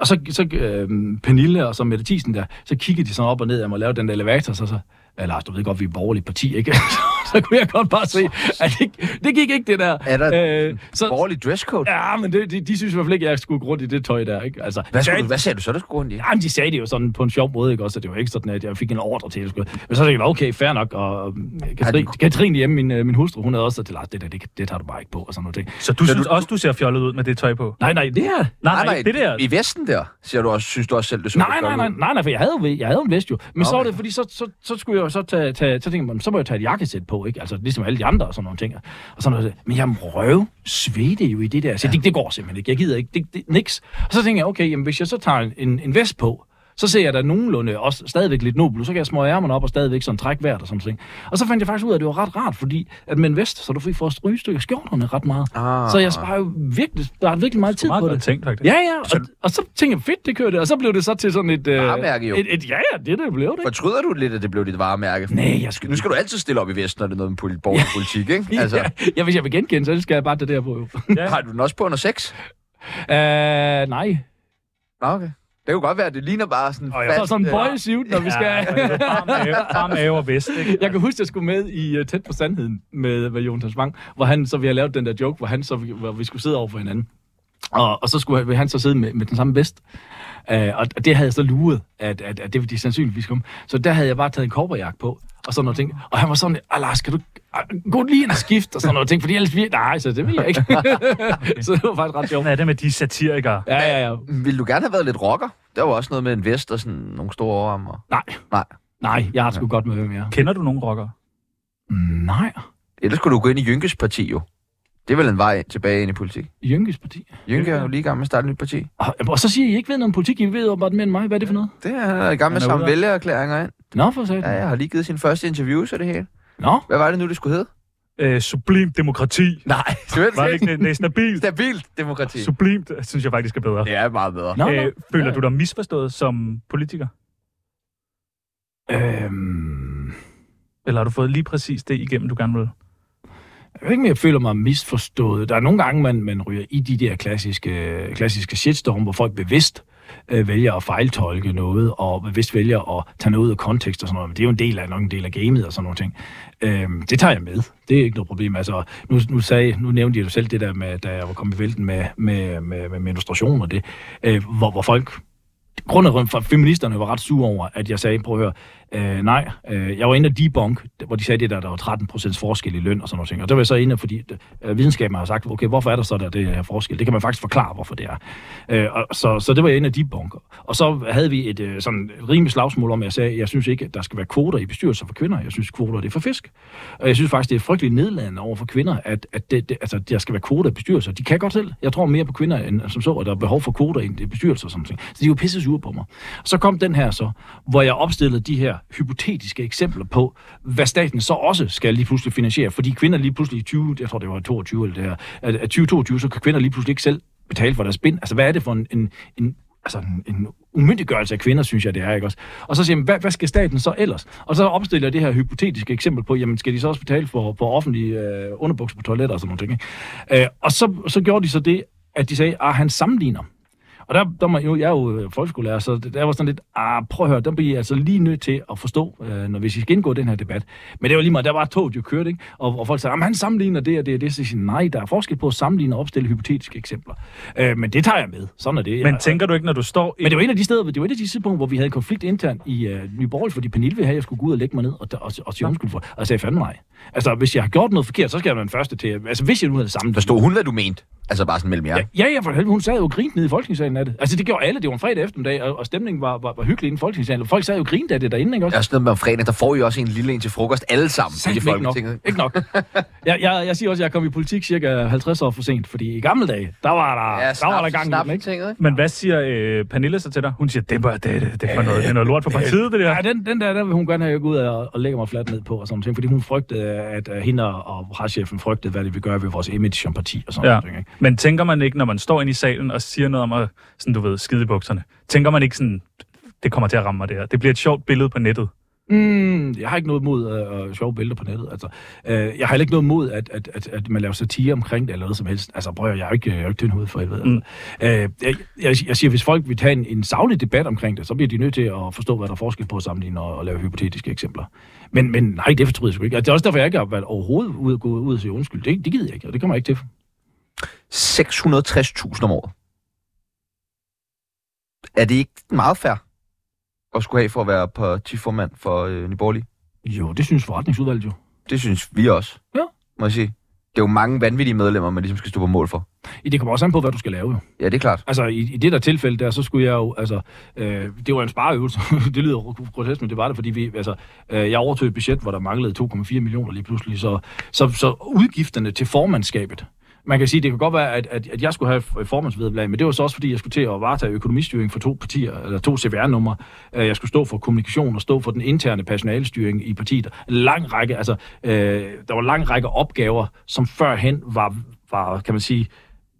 Og så, så øh, Pernille og så Mette Thiesen der, så kiggede de sådan op og ned af mig og lavede den der elevator, så så, ja, Lars, du ved godt, vi er et borgerligt parti, ikke? så, så kunne jeg godt bare se, at det, det gik ikke, det der. Er der Øh, Så... så, Borgerlig dresscode? Ja. ja, men det, de, de synes i hvert fald ikke, at jeg skulle gå rundt i det tøj der, ikke? Altså, Hvad, skulle, ja, du, hvad sagde du så, der skulle gå rundt i? Jamen, de sagde det jo sådan på en sjov måde, ikke også? At det var ikke sådan, at jeg fik en ordre til, at jeg skulle... Men så tænkte jeg, okay, fair nok. Og øh, Katrine, Ja, det- Katrine hjemme, min, øh, min hustru, hun havde også sagt til Lars, det der, det, det tager du bare ikke på, og sådan noget ting. Så du synes også, du ser fjollet ud med det tøj på? Nej, nej, det her... Nej, nej, det der. I vesten der, siger du også, synes du også selv, det så Nej, lidt nej, godt nej, ud. nej, nej, for jeg havde, jo- jeg havde en vest jo. Men okay. så var Okay. det, fordi så, så, så skulle jeg jo så tage, tage, så tænkte jeg, så må jeg tage et jakkesæt på, ikke? Altså, ligesom alle de andre og sådan nogle ting. Og sådan noget. Men jeg røv svede jo i det der. Så det, det går simpelthen ikke. Jeg gider ikke. Det, det, niks. Og så tænkte jeg, okay, jamen, hvis jeg så tager en- en, en vest på, så ser jeg da nogenlunde også stadigvæk lidt nobel, ud. så kan jeg smøge ærmerne op og stadigvæk sådan trække vejret og sådan ting. Og så fandt jeg faktisk ud af, at det var ret rart, fordi at med en vest, så er du fri for at stryge stykker skjorterne ret meget. Ah. så jeg sparer jo virkelig, der er virkelig meget tid Meget på godt det. tænkt, faktisk. Ja, ja, og, og så tænkte jeg, fedt, det kørte, og så blev det så til sådan et... øh, Varemærke, jo. Et, et, ja, ja, det der blev det. ikke? Fortryder du lidt, at det blev dit varemærke? Nej, jeg skal- Nu skal du altid stille op i vesten, når det er noget med poli- borgerlig politik, ikke? Altså, Ja, ja, hvis jeg vil genkende, så skal jeg bare det der på. Jo. ja. har du den også på under sex? uh, nej. Nå, okay. Det kunne godt være, at det ligner bare sådan... Og jeg Så fast, sådan en øh, boys suit, når vi skal... Bare mave, bare mave og vest, ikke? Jeg kan huske, jeg skulle med i uh, Tæt på Sandheden med, med Jon Tasvang, hvor han, så vi har lavet den der joke, hvor, han, så, hvor vi skulle sidde over for hinanden. Og, og så skulle han- han så sidde med, med den samme vest. Uh, og og det havde jeg så luret, at, at, at det ville de sandsynligvis komme. Så der havde jeg bare taget en korporjagt på, og sådan noget ting. Og han var sådan, "Ah, Lars, kan du ah, gå lige ind og skifte, og sådan noget ting, fordi ellers vi... Nej, så det vil jeg ikke. så det var faktisk ret sjovt. Hvad er det med de satirikere? Ja, ja, ja. Ville du gerne have været lidt rocker? Der var også noget med en vest og sådan nogle store overarmer. Nej, Nej. nej, jeg har det sgu godt med, hvem jeg er. Kender du nogen rockere? Nej, Ellers kunne du gå ind i Jynkes parti, jo. Det er vel en vej tilbage ind i politik. Jynkes parti. Jynke er jo lige i gang med at starte et nyt parti. Og, og så siger I, I ikke ved noget om politik, I ved bare mere end mig. Hvad er det for noget? Det er, han er i gang med at Han er samle ude. vælgererklæringer ind. Nå, for satan. Ja, jeg har lige givet sin første interview, så det hele. Nå, Hvad var det nu, det skulle hedde? Øh, sublimt demokrati. Nej, det Var det var ikke ikke det? Det er stabilt. Stabilt demokrati. Sublimt, øh, synes jeg faktisk er bedre. Det er meget bedre. nå, nå. Øh, føler du dig misforstået som politiker? Øhm, Eller har du fået lige præcis det igennem, du gerne vil? jeg ved ikke, om jeg føler mig misforstået. Der er nogle gange, man, man ryger i de der klassiske, klassiske shitstorm, hvor folk bevidst øh, vælger at fejltolke noget, og bevidst vælger at tage noget ud af kontekst og sådan noget. Men det er jo en del af, nok en del af gamet og sådan nogle ting. Øhm, det tager jeg med. Det er ikke noget problem. Altså, nu, nu, sagde, nu nævnte jeg jo selv det der med, da jeg var kommet i vælten med, med, med, med menstruation og det, øh, hvor, hvor folk grund og grund for feministerne var ret sure over, at jeg sagde, prøv at høre, Øh, nej, øh, jeg var inde og debunk, hvor de sagde det der, der var 13 procents forskel i løn og sådan noget ting. Og der var jeg så inde, og- fordi øh, videnskaben har sagt, okay, hvorfor er der så der det her forskel? Det kan man faktisk forklare, hvorfor det er. Øh, og, så, så det var jeg inde og debunker. Og så havde vi et øh, sådan rimeligt slagsmål om, at jeg sagde, jeg synes ikke, at der skal være kvoter i bestyrelser for kvinder. Jeg synes, kvoter det er for fisk. Og jeg synes faktisk, det er frygteligt nedladende over for kvinder, at, at det, det, altså, der skal være kvoter i bestyrelser. De kan godt selv. Jeg tror mere på kvinder, end som så, at der er behov for kvoter i bestyrelser og sådan noget. Så de er jo pisse sure på mig. Så kom den her så, hvor jeg opstillede de her hypotetiske eksempler på, hvad staten så også skal lige pludselig finansiere. Fordi kvinder lige pludselig i 20, jeg tror det var 22 eller det her, at at 2022, så kan kvinder lige pludselig ikke selv betale for deres bind. Altså hvad er det for en, en, en altså en, en umyndiggørelse af kvinder, synes jeg, det er, ikke også? Og så siger man, hvad, hvad skal staten så ellers? Og så opstiller jeg det her hypotetiske eksempel på, jamen skal de så også betale for, for offentlige øh, underbukser på toiletter og sådan nogle ting, ikke? Øh, og så, så gjorde de så det, at de sagde, at han sammenligner. Og der, der må, jo, jeg er jo øh, folkeskolelærer, så det- der var sådan lidt, ah, prøv at høre, der bliver I altså lige nødt til at forstå, øh, når vi skal indgå den her debat. Men det var lige meget, der var toget jo kørt, ikke? Og, og folk sagde, at han sammenligner det og det og det. Så siger jeg, nej, der er forskel på at sammenligne og opstille hypotetiske eksempler. Øh, men det tager jeg med. Sådan er det. Men Jeg- tænker du ikke, når du står... i- men det var en af de steder, det var et af de tidspunkter, hvor vi havde konflikt internt i øh, Nye Borgerlige, fordi Pernille ville have, at jeg skulle gå ud og lægge mig ned og, og, og sige undskyld for. Og jeg sagde fandme nej. Altså, hvis jeg har gjort noget forkert, så skal jeg være den første til. Altså, hvis jeg nu havde sammen. Forstod hun, hvad du mente? Altså bare sådan mellem jer? Ja, ja, ja, for helvede, hun sad jo og grinte nede i folketingssalen af det. Altså, det gjorde alle. Det var en fredag eftermiddag, og, og stemningen var, var, var hyggelig inde i folketingssalen. Folk sad jo og grinte af det derinde, ikke også? Og sådan noget med om fredag, der får I også en lille en til frokost alle sammen Satme i ikke nok. Folketinget. Ikke nok. Jeg, jeg, jeg siger også, at jeg kom i politik cirka 50 år for sent, fordi i gamle dage, der var der, ja, der, var der gang i den, ikke? Tinget, ikke? Men hvad siger øh, Pernille så til dig? Hun siger, det, bør, det, det, det, er for noget, det er noget lort for partiet, det der. Ja, den, den der, der vil hun gerne have, at jeg går ud og, og lægger mig fladt ned på, og sådan noget, fordi hun frygtede, at øh, hende og og pressechefen frygtede, hvad det vil gøre ved vores image som parti og sådan Ja. noget. ting, ikke? Men tænker man ikke, når man står inde i salen og siger noget om at, sådan, du ved, skide i bukserne, tænker man ikke sådan, det kommer til at ramme mig det her. Det bliver et sjovt billede på nettet. Mm, jeg har ikke noget mod øh, øh, sjove billeder på nettet. Altså, øh, jeg har heller ikke noget mod, at, at, at, at man laver satire omkring det eller noget som helst. Altså, prøv at høre, jeg er jo ikke, jeg er jo ikke tynd hoved for helvede. Mm. Altså. Øh, jeg, jeg, jeg siger, hvis folk vil tage en, en saglig debat omkring det, så bliver de nødt til at forstå, hvad der er forskel på at sammenligne og, og lave hypotetiske eksempler. Men, men nej, det fortryder jeg sgu ikke. Og det er også derfor, jeg ikke har været overhovedet ude, gået ud og sige undskyld. Det, det gider jeg ikke, og det kommer jeg ikke til. 660.000 om året. Er det ikke meget fair at skulle have for at være partiformand for øh, Nyborg Jo, det synes forretningsudvalget jo. Det synes vi også. Ja. Må jeg sige. Det er jo mange vanvittige medlemmer, man ligesom skal stå på mål for. Det kommer også an på, hvad du skal lave. Jo. Ja, det er klart. Altså, i, i det der tilfælde der, så skulle jeg jo, altså, øh, det var en spareøvelse. det lyder grotesk, men det var det, fordi vi, altså, øh, jeg overtog et budget, hvor der manglede 2,4 millioner lige pludselig, så, så, så udgifterne til formandskabet, man kan sige, det kan godt være, at, at, at jeg skulle have et formandsvedblag, men det var så også, fordi jeg skulle til at varetage økonomistyring for to partier, eller to CVR-numre. Øh, Jeg skulle stå for kommunikation og stå for den interne personalstyring i partiet. En lang række, altså, øh, der var en lang række opgaver, som førhen var, var kan man sige,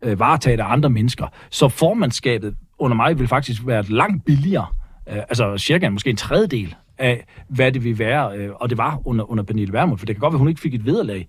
øh, varetaget af andre mennesker. Så formandskabet under mig vil faktisk være et langt billigere, øh, altså cirka måske en tredjedel af, hvad det vil være, øh, og det var under, under Pernille Vermund, for det kan godt være, hun ikke fik et vederlag.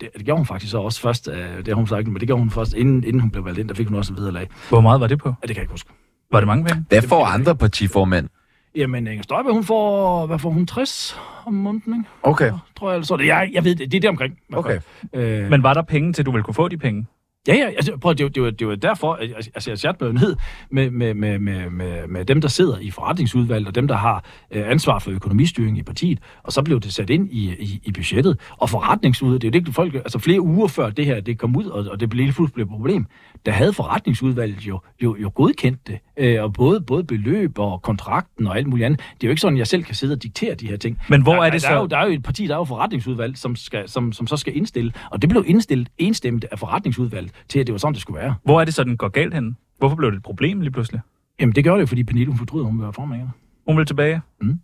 Det, det gjorde hun faktisk så også først, øh, det har hun sagt, men det gjorde hun først, inden, inden hun blev valgt ind, der fik hun også et vederlag. Hvor meget var det på? Ja, det kan jeg ikke huske. Var det mange penge? Hvad får andre partiformænd? Jamen, Inger Støjberg, hun får, hvad får hun, 60 om måneden, ikke? Okay. tror jeg, eller så. Jeg, jeg ved det, det er det omkring. Okay. Øh, Men var der penge til, at du ville kunne få de penge? Ja, ja, altså, prøv, at- det, var- det, var, det var derfor, at- altså, jeg satte mig jo ned med, med, med, med, med, med dem, der sidder i forretningsudvalget, og dem, der har øh, ansvar for økonomistyring i partiet, og så blev det sat ind i, i, i budgettet. Og forretningsudvalget, det er jo det, ikke folk, altså flere uger før det her det kom ud, og, og det blev lige pludselig blev et problem, der havde forretningsudvalget jo, jo, jo godkendt det, øh, og både, både beløb og kontrakten og alt muligt andet. Det er jo ikke sådan, at jeg selv kan sidde og diktere de her ting. Men hvor Der- er det der Er så- jo, der er jo et parti, der er jo forretningsudvalg, som, skal, som, som så skal indstille. Og det blev indstillet enstemmigt af forretningsudvalget til, at det var sådan, det skulle være. Hvor er det så, den går galt henne? Hvorfor blev det et problem lige pludselig? Jamen, det gjorde det jo, fordi Pernille, hun fortryder, hun vil være formand. ikke? Hun ville tilbage. Mm.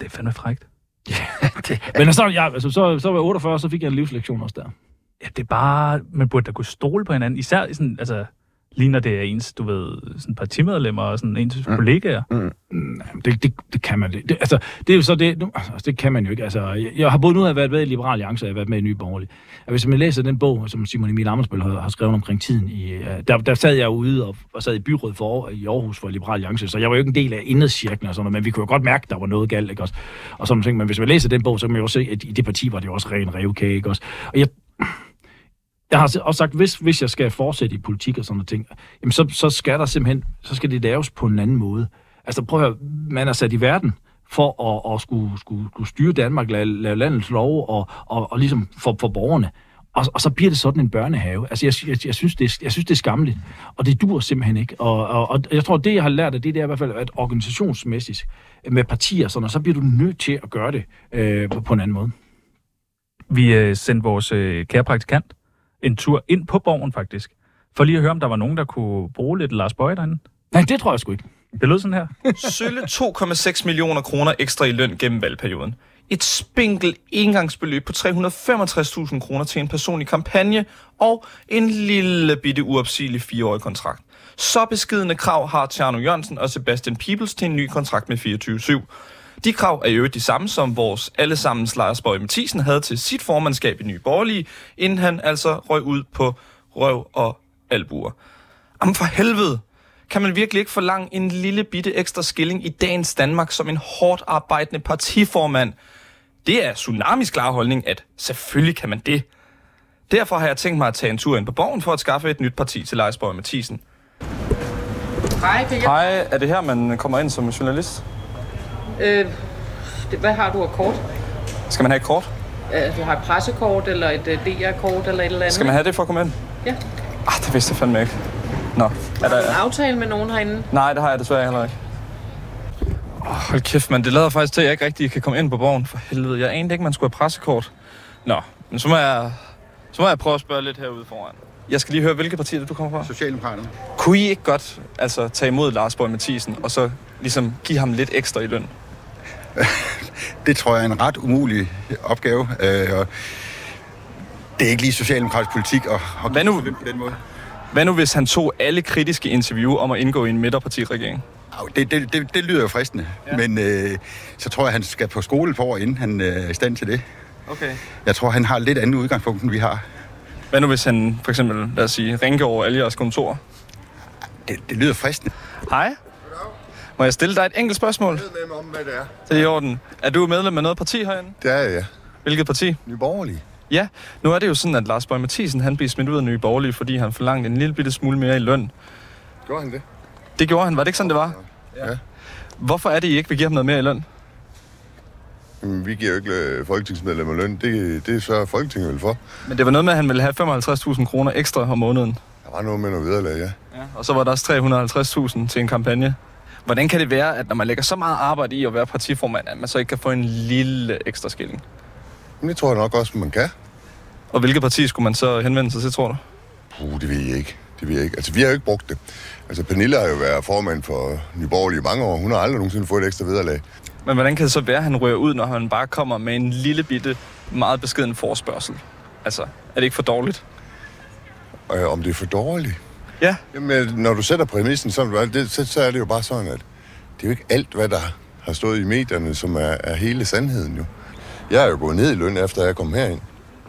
Det er fandme frækt. Men så, ja, altså, så, så var jeg 48, så fik jeg en livslektion også der. Ja, det er bare, man burde da kunne stole på hinanden. Især i sådan, altså, lige når det er ens, du ved, sådan partimedlemmer og sådan ens mm. kollegaer. Mm, Jamen, det, det, det kan man det, det, altså, det er jo så det, nu, altså, det kan man jo ikke. Altså, jeg, jeg har både nu har jeg været med i Liberal Alliance, og jeg har været med i Nye Borgerlige. Og hvis man læser den bog, som Simon Emil Ammersbøl har, har skrevet omkring tiden, i, øh, der, der sad jeg jo ude og, og sad i byrådet for, i Aarhus for Liberal Alliance, så jeg var jo ikke en del af indercirklen og sådan noget, men vi kunne jo godt mærke, at der var noget galt, ikke også? Og sådan nogle ting. Men hvis man læser den bog, så kan man jo også se, at i det parti var det jo også ren revkage, ikke også? Og jeg, jeg har også sagt, hvis, hvis jeg skal fortsætte i politik og sådan noget ting, jamen så, så skal der simpelthen, så skal det laves på en anden måde. Altså prøv at høre, man er sat i verden for at, at skulle, skulle, skulle styre Danmark, lave, lave landets lov og, og, og ligesom for, for borgerne. Og, og så bliver det sådan en børnehave. Altså, jeg, jeg, jeg, synes, det er, jeg synes, det er skamligt. Og det dur simpelthen ikke. Og, og, og jeg tror, det, jeg har lært af det, det er i hvert fald, at organisationsmæssigt med partier, sådan, og så bliver du nødt til at gøre det øh, på, på en anden måde. Vi øh, sendte vores øh, kære praktikant en tur ind på borgen, faktisk. For lige at høre, om der var nogen, der kunne bruge lidt Lars Bøje derinde. Nej, det tror jeg sgu ikke. Det lød sådan her. Sølle 2,6 millioner kroner ekstra i løn gennem valgperioden. Et spinkelt engangsbeløb på 365.000 kroner til en personlig kampagne og en lille bitte uopsigelig fireårig kontrakt. Så beskidende krav har Tjerno Jørgensen og Sebastian Peebles til en ny kontrakt med 24 de krav er i øvrigt de samme, som vores allesammens Lars Bøge Mathisen havde til sit formandskab i Nye Borgerlige, inden han altså røg ud på røv og albuer. Jamen for helvede! Kan man virkelig ikke forlange en lille bitte ekstra skilling i dagens Danmark som en hårdt arbejdende partiformand? Det er Tsunamis klare holdning, at selvfølgelig kan man det. Derfor har jeg tænkt mig at tage en tur ind på borgen for at skaffe et nyt parti til Lars Bøge Mathisen. Hej, Peter. Hej, er det her, man kommer ind som journalist? Øh, det- hvad har du af kort? Skal man have et kort? Øh, Du har et pressekort, eller et øh, DR-kort, eller et eller andet? Skal man have det for at komme ind? Ja. Ah, det vidste jeg fandme ikke. Nå, er der... En aftale med nogen herinde? Nej, det har jeg desværre heller ikke. Oh, hold kæft, mand. Det lader faktisk til, at jeg ikke rigtig kan komme ind på borgen. For helvede, jeg anede ikke, man skulle have pressekort. Nå, men så må jeg, så må jeg prøve at spørge lidt herude foran. Jeg skal lige høre, hvilke partier du kommer fra. Socialdemokraterne. Kunne I ikke godt altså, tage imod Lars Borg Mathisen, og så ligesom give ham lidt ekstra i løn? Det tror jeg er en ret umulig opgave. Øh, og det er ikke lige socialdemokratisk politik at, at Hvad nu? på den måde. Hvad nu, hvis han tog alle kritiske interview om at indgå i en midterpartiregering? Au, Det, det, det, det lyder jo fristende, ja. men øh, så tror jeg, han skal på skole på år, inden han øh, er i stand til det. Okay. Jeg tror, han har lidt andet udgangspunkt, end vi har. Hvad nu, hvis han for eksempel, lad os sige, ringte over alle jeres kontorer? Det, det lyder fristende. Hej. Må jeg stille dig et enkelt spørgsmål? Hvem om, hvad det er? Det er i orden. Er du medlem af noget parti herinde? Det er jeg. Hvilket parti? Nyborgerlig. Ja, nu er det jo sådan, at Lars Borg Mathisen han blev smidt ud af Nye Borgerlige, fordi han forlangte en lille bitte smule mere i løn. Gjorde han det? Det gjorde han, var det ikke sådan, det var? Ja. Hvorfor er det, I ikke vil give ham noget mere i løn? Jamen, vi giver jo ikke øh, folketingsmedlemmer løn. Det, det sørger Folketinget vel for. Men det var noget med, at han ville have 55.000 kroner ekstra om måneden. Der var noget med noget vederlag, ja. Ja. Og så var der også 350.000 til en kampagne. Hvordan kan det være, at når man lægger så meget arbejde i at være partiformand, at man så ikke kan få en lille ekstra skilling? Men det tror jeg nok også, man kan. Og hvilket parti skulle man så henvende sig til, tror du? Uh, det ved jeg ikke. Det ved jeg ikke. Altså, vi har jo ikke brugt det. Altså, Pernille har jo været formand for Nyborg i mange år. Hun har aldrig nogensinde fået et ekstra vederlag. Men hvordan kan det så være, at han rører ud, når han bare kommer med en lille bitte, meget beskeden forspørgsel? Altså, er det ikke for dårligt? Og øh, om det er for dårligt. Ja. Jamen, øh, når du sætter præmissen sådan, hvad, det, så, så er det jo bare sådan, at det er jo ikke alt, hvad der har stået i medierne, som er, er hele sandheden jo. Jeg er jo gået ned i løn, efter jeg kom herind.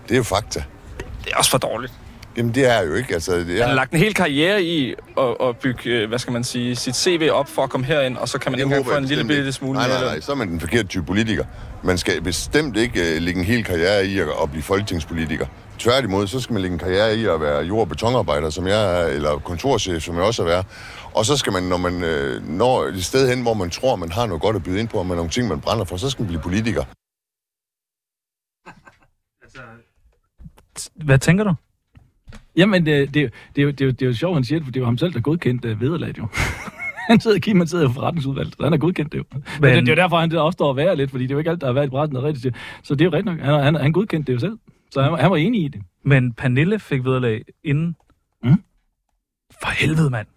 Det er jo fakta. Det er også for dårligt. Jamen, det er jo ikke. Altså, det Han er, har lagt en hel karriere i at, at bygge, øh, hvad skal man sige, sit CV op for at komme herind, og så kan man ikke engang få en lille bestemt ikke. bitte smule nej, mere nej, løn. nej, så er man den forkerte type politiker. Man skal bestemt ikke uh, lægge en hel karriere i at, at blive folketingspolitiker. Tværtimod, så skal man lægge en karriere i at være jord- og betonarbejder, som jeg er, eller kontorchef, som jeg også er været. Og så skal man, når man øh, når et sted hen, hvor man tror, man har noget godt at byde ind på, og man har nogle ting, man brænder for, så skal man blive politiker. Hvad tænker du? Jamen, det, det, det, det, er jo- det, er jo- det er jo sjovt, han siger det, for det var ham selv, der godkendte uh, vederlaget jo. han sidder og han sidder i forretningsudvalget, så han har godkendt det jo. Men... Men- Det, det, er jo derfor, han der også står og værer lidt, fordi det er jo ikke alt, der har været i pressen, der er rigtigt. Så det er jo rigtigt nok, han, han, han godkendte det jo selv. Så han, var- han var enig i det. Men Pernille fik vederlag inden. Mm. For helvede, mand.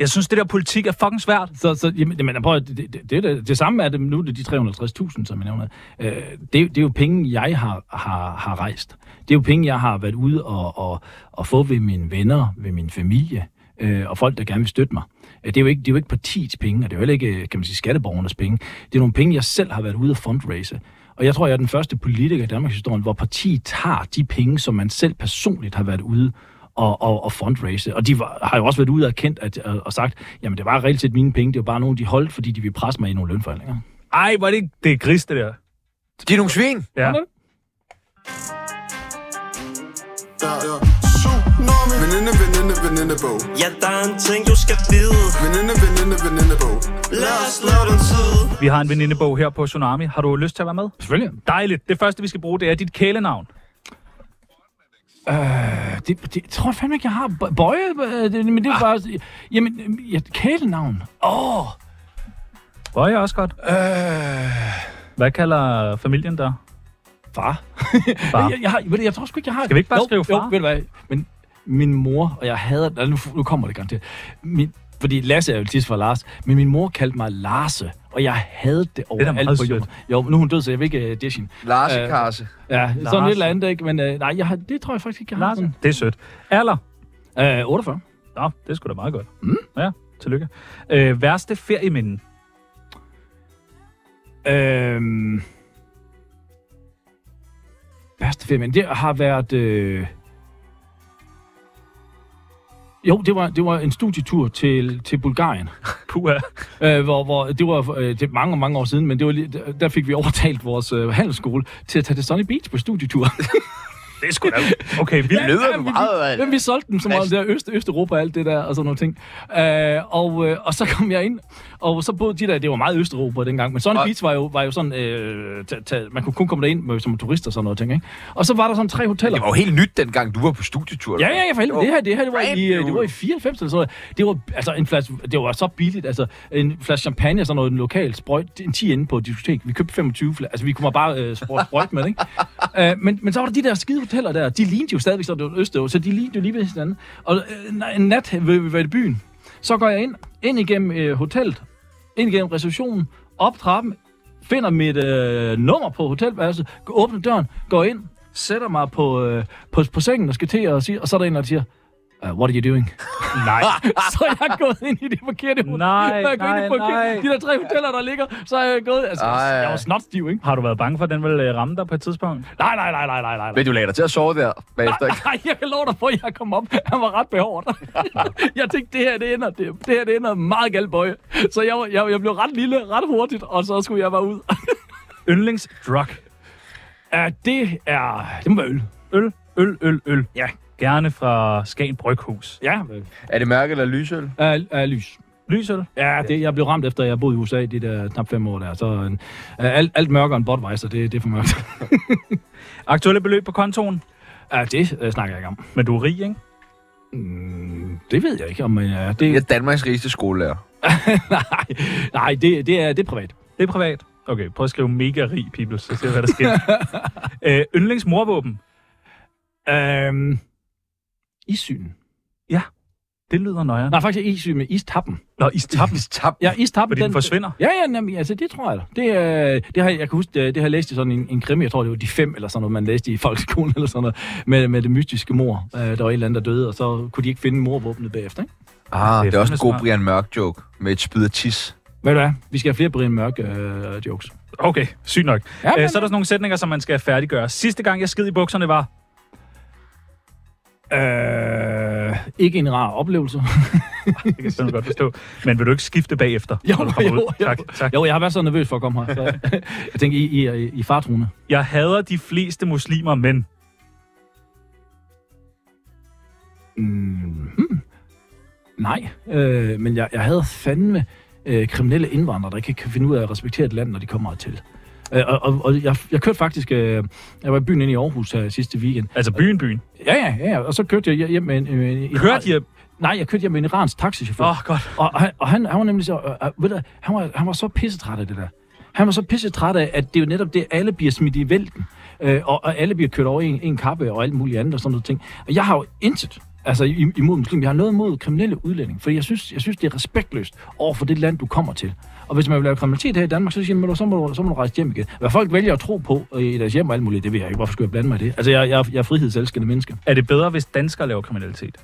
Jeg synes, det der politik er fucking svært. Så, så jamen, jamen, prøv, at- det, det, det, er det, det samme er det nu, det er de 350.000, som jeg nævner. Øh, det, er- det er jo penge, jeg har, har, har rejst. Det er jo penge, jeg har været ude og, og, og få ved mine venner, ved min familie, øh, og folk, der gerne vil støtte mig. Øh, Det er, jo ikke, det er jo ikke partiets penge, og det er jo heller ikke, øh, kan man sige, skatteborgernes penge. Det er nogle penge, jeg selv har været ude og fundraise. Og jeg tror, jeg er den første politiker i Danmarks historie, hvor partiet tager de penge, som man selv personligt har været ude og, og, og fundraise. Og de var, har jo også været ude og kendt at, og, og sagt, jamen det var reelt set mine penge, det var bare nogen, de holdt, fordi de ville presse mig i nogle lønforhandlinger. Ej, hvor er det, det er gris, det der. De er nogle svin. Ja. Super Veninde, veninde, veninde bog. Ja, der er en ting, du skal vide Veninde, veninde, veninde bog. Lad os slå den tid Vi har en venindebog her på Tsunami. Har du lyst til at være med? Selvfølgelig. Dejligt. Det første, vi skal bruge, det er dit kælenavn. Øh, det, det tror jeg fandme ikke, jeg har. Bø- Bøje, øh, det, men det er ah. bare... Jamen, øh, ja, kælenavn. Åh! Oh. Bøje er også godt. Øh, Hvad kalder familien der? far. Far. jeg, jeg, har, ved du, jeg tror sgu ikke, jeg har... Skal vi ikke bare jo, skrive far? Jo, ved du hvad? Men min mor, og jeg hader... nej, Nu, nu kommer det garanteret. Min, fordi Lasse er jo tis for Lars, men min mor kaldte mig Larse, og jeg havde det over da meget alt på jorden. Jo, men nu er hun død, så jeg vil ikke uh, dish hende. Larse Øh, Karse. Ja, sådan Larse. et eller andet, ikke? Men uh, nej, jeg har, det tror jeg faktisk ikke, jeg har. Det er sødt. Alder? Sådan. Uh, 48. Nå, det skulle sgu da meget godt. Mm. Ja, tillykke. Øh, værste ferieminde? Øhm, værste ferie, men det har været... Øh, jo, det var, det var en studietur til, til Bulgarien, Puha. øh, hvor, hvor det var øh, det er mange, mange år siden, men det var lige, der- der fik vi overtalt vores øh, handelsskole til at tage til Sunny Beach på studietur. Det er sgu da... Okay, vi lyder men vi- meget, Men vi solgte dem som om frisk. det der Øst, Østeuropa og alt det der, og sådan nogle ting. Øh, og, øh, og så kom jeg ind, og så boede de der, det var meget Østeuropa dengang, men Sunny Og- Beach var jo, var jo sådan, øh, ta, ta, man kunne kun komme derind med, som turist og sådan noget ting, ikke? Og så var der sådan tre hoteller. Det var jo helt nyt, dengang du var på studietur. Ja, ja, ja, for helvede. Det her, det her, det var, i, brand øh, det var i new. 94 eller sådan noget. Det var, altså, en flaske, det var så billigt. Altså, en flaske champagne og sådan noget, en lokal sprøjt, en 10 inde på et diskotek. Vi købte 25 flasker. Altså, vi kunne bare øh, sprøjt, sprøjt med, det, ikke? Øh, men, men så var der de der skide hoteller der. De lignede jo stadigvæk sådan noget østøv, så de lignede jo lige ved hinanden. Og øh, en nat vil vi være i byen. Så går jeg ind, ind igennem øh, hotellet, ind igennem receptionen, op trappen, finder mit øh, nummer på hotelværelset, går- åbner døren, går ind, sætter mig på, øh, på, på sengen og skal til at sige, og så er der en, der siger, uh, what are you doing? Nej. så er jeg gået ind i det forkerte hotel. Nej, jeg er gået ind i nej, det forkerte- nej. De der tre hoteller, der ligger, så er jeg gået... Altså, Ej. jeg var snotstiv, ikke? Har du været bange for, at den vil øh, ramme dig på et tidspunkt? Nej, nej, nej, nej, nej, nej. Men du lagde dig til at sove der bagefter, ikke? Nej, jeg kan love dig for, at jeg kom op. Han var ret behåret. jeg tænkte, det her, det ender, det, det her, det ender meget galt, boy. Så jeg, var- jeg, jeg blev ret lille, ret hurtigt, og så skulle jeg bare ud. Yndlingsdrug? uh, det er... Det må være øl. Øl, øl, øl, øl. Ja. Gerne fra Skagen Bryghus. Ja. Er det mørke eller lysøl? Uh, uh, lys. Lysøl? Ja, det, jeg blev ramt efter, at jeg boede i USA de der knap fem år der. Så en, øh, alt, alt mørkere end Budweiser, det, det er for mørkt. Aktuelle beløb på kontoen? ja, det øh, snakker jeg ikke om. Mm, Men du er rig, ikke? Det ved jeg ikke om, men ja, det, Jeg er Danmarks rigeste skolelærer. nej, nej det, det, er, det er privat. Det er privat. Okay, prøv at skrive mega rig, people, så ser vi, hvad der sker. øh, yndlingsmorvåben? Øhm, issyn. Det lyder nøjere. Nej, faktisk ikke issyn, men istappen. Nå, istappen. Tab. Ja, istappen, Fordi den forsvinder. Ja, ja, nemlig, altså det tror jeg da. Det, øh, det har, jeg kan huske, det, det har jeg læst i sådan en, en krimi, jeg tror det var de fem eller sådan noget, man læste i folkeskolen eller sådan noget, med, med det mystiske mor. Øh, der var en eller anden, der døde, og så kunne de ikke finde morvåbnet bagefter, ikke? Ah, det er også en god smart. Brian Mørk joke med et spyd af tis. Ved du hvad? Vi skal have flere Brian Mørk øh, jokes. Okay, sygt nok. Ja, Ja, men- øh, så er der sådan nogle sætninger, som man skal færdiggøre. Sidste gang, jeg skid i bukserne, var... Øh, ikke en rar oplevelse. Det kan jeg simpelthen godt forstå. Men vil du ikke skifte bagefter? jo, når du jo, kommer jo, ud? Tak, tak. jo, jeg har været så nervøs for at komme her. Så jeg tænker, I, I, er- I er fartruende. Jeg hader de fleste muslimer, men... Mm-hmm. Nej, øh, men jeg, jeg havde fandme øh, kriminelle indvandrere, der ikke kan finde ud af at respektere et land, når de kommer hertil. Øh, og, og, og jeg, jeg kørte faktisk, øh, jeg var i byen inde i Aarhus her sidste weekend. Altså byen, byen. Ja, ja, ja, og så kørte jeg hjem med en... Øh, en Kørte hjem? Øh, Nej, jeg kørte hjem med en iransk taxichauffør. Åh, oh, godt. Og, han, og han, han var nemlig så, øh, øh, ved du, hvad, han var, han var så pissetræt af det der. Han var så pissetræt af, at det er jo netop det, alle bliver smidt i vælten, øh, og, og alle bliver kørt over i en, en kappe og alt muligt andet og sådan noget ting. Og jeg har jo intet altså, i- imod muslimer. Jeg har noget imod kriminelle udlændinge, fordi jeg synes, jeg synes, det er respektløst over for det land, du kommer til. Og hvis man vil lave kriminalitet her i Danmark, så siger man, "Ved du hvad, så må du, så må du rejse hjem igen. Hvad folk vælger at tro på øh, i deres hjem og alt muligt, det ved jeg ikke. Hvorfor skulle jeg blande mig i det? Altså, jeg, jeg, jeg er frihedselskende menneske. Er det bedre, hvis danskere laver kriminalitet?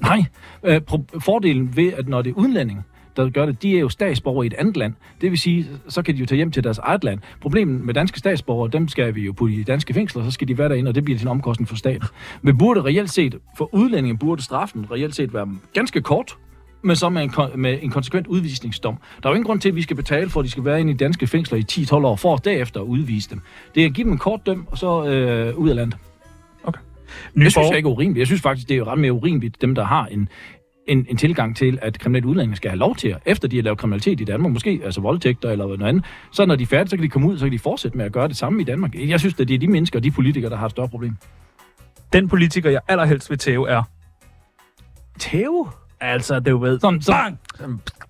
Nej, øh, pro- fordelen ved, at når det er udlændinge, der gør det, de er jo statsborgere i et andet land. Det vil sige, så kan de jo tage hjem til deres eget land. Problemet med danske statsborgere, dem skal vi jo putte i danske fængsler, så skal de være derinde, og det bliver til en omkostning for staten. Men burde reelt set, for udlændinge burde straffen reelt set være ganske kort, men så med en, kon- med en konsekvent udvisningsdom. Der er jo ingen grund til, at vi skal betale for, at de skal være inde i danske fængsler i 10-12 år, for derefter at udvise dem. Det er at give dem en kort døm, og så øh, ud af landet. det synes jeg ikke er urimeligt. Jeg synes faktisk, det er ret mere urimeligt, dem der har en, en, en tilgang til, at kriminelle udlændinge skal have lov til, at, efter de har lavet kriminalitet i Danmark, måske altså voldtægter eller noget andet, så når de er færdige, så kan de komme ud, så kan de fortsætte med at gøre det samme i Danmark. Jeg synes, at det er de mennesker og de politikere, der har et større problem. Den politiker, jeg allerhelst vil tæve, er... Tæve? Altså, det ved... Som, som, Bang!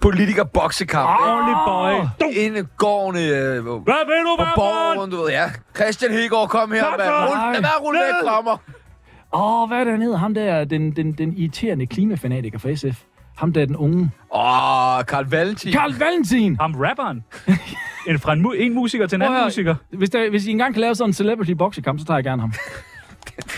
Politiker boksekamp. Ah, Only boy. Inde i gården øh, på Hvad vil du, hvad borgen, du ved, ja. Christian Hegård, kom her, mand. Rul, Nej. lad være rulle væk fra mig. Åh, oh, hvad er det, han hedder? Ham der, den, den, den irriterende klimafanatiker fra SF. Ham der, den unge. Åh, Carl Valentin. Karl Valentin! Ham rapperen. en, fra en, mu- en musiker til en Prøv at anden høre. musiker. Hvis, der, hvis I engang kan lave sådan en celebrity boksekamp, så tager jeg gerne ham.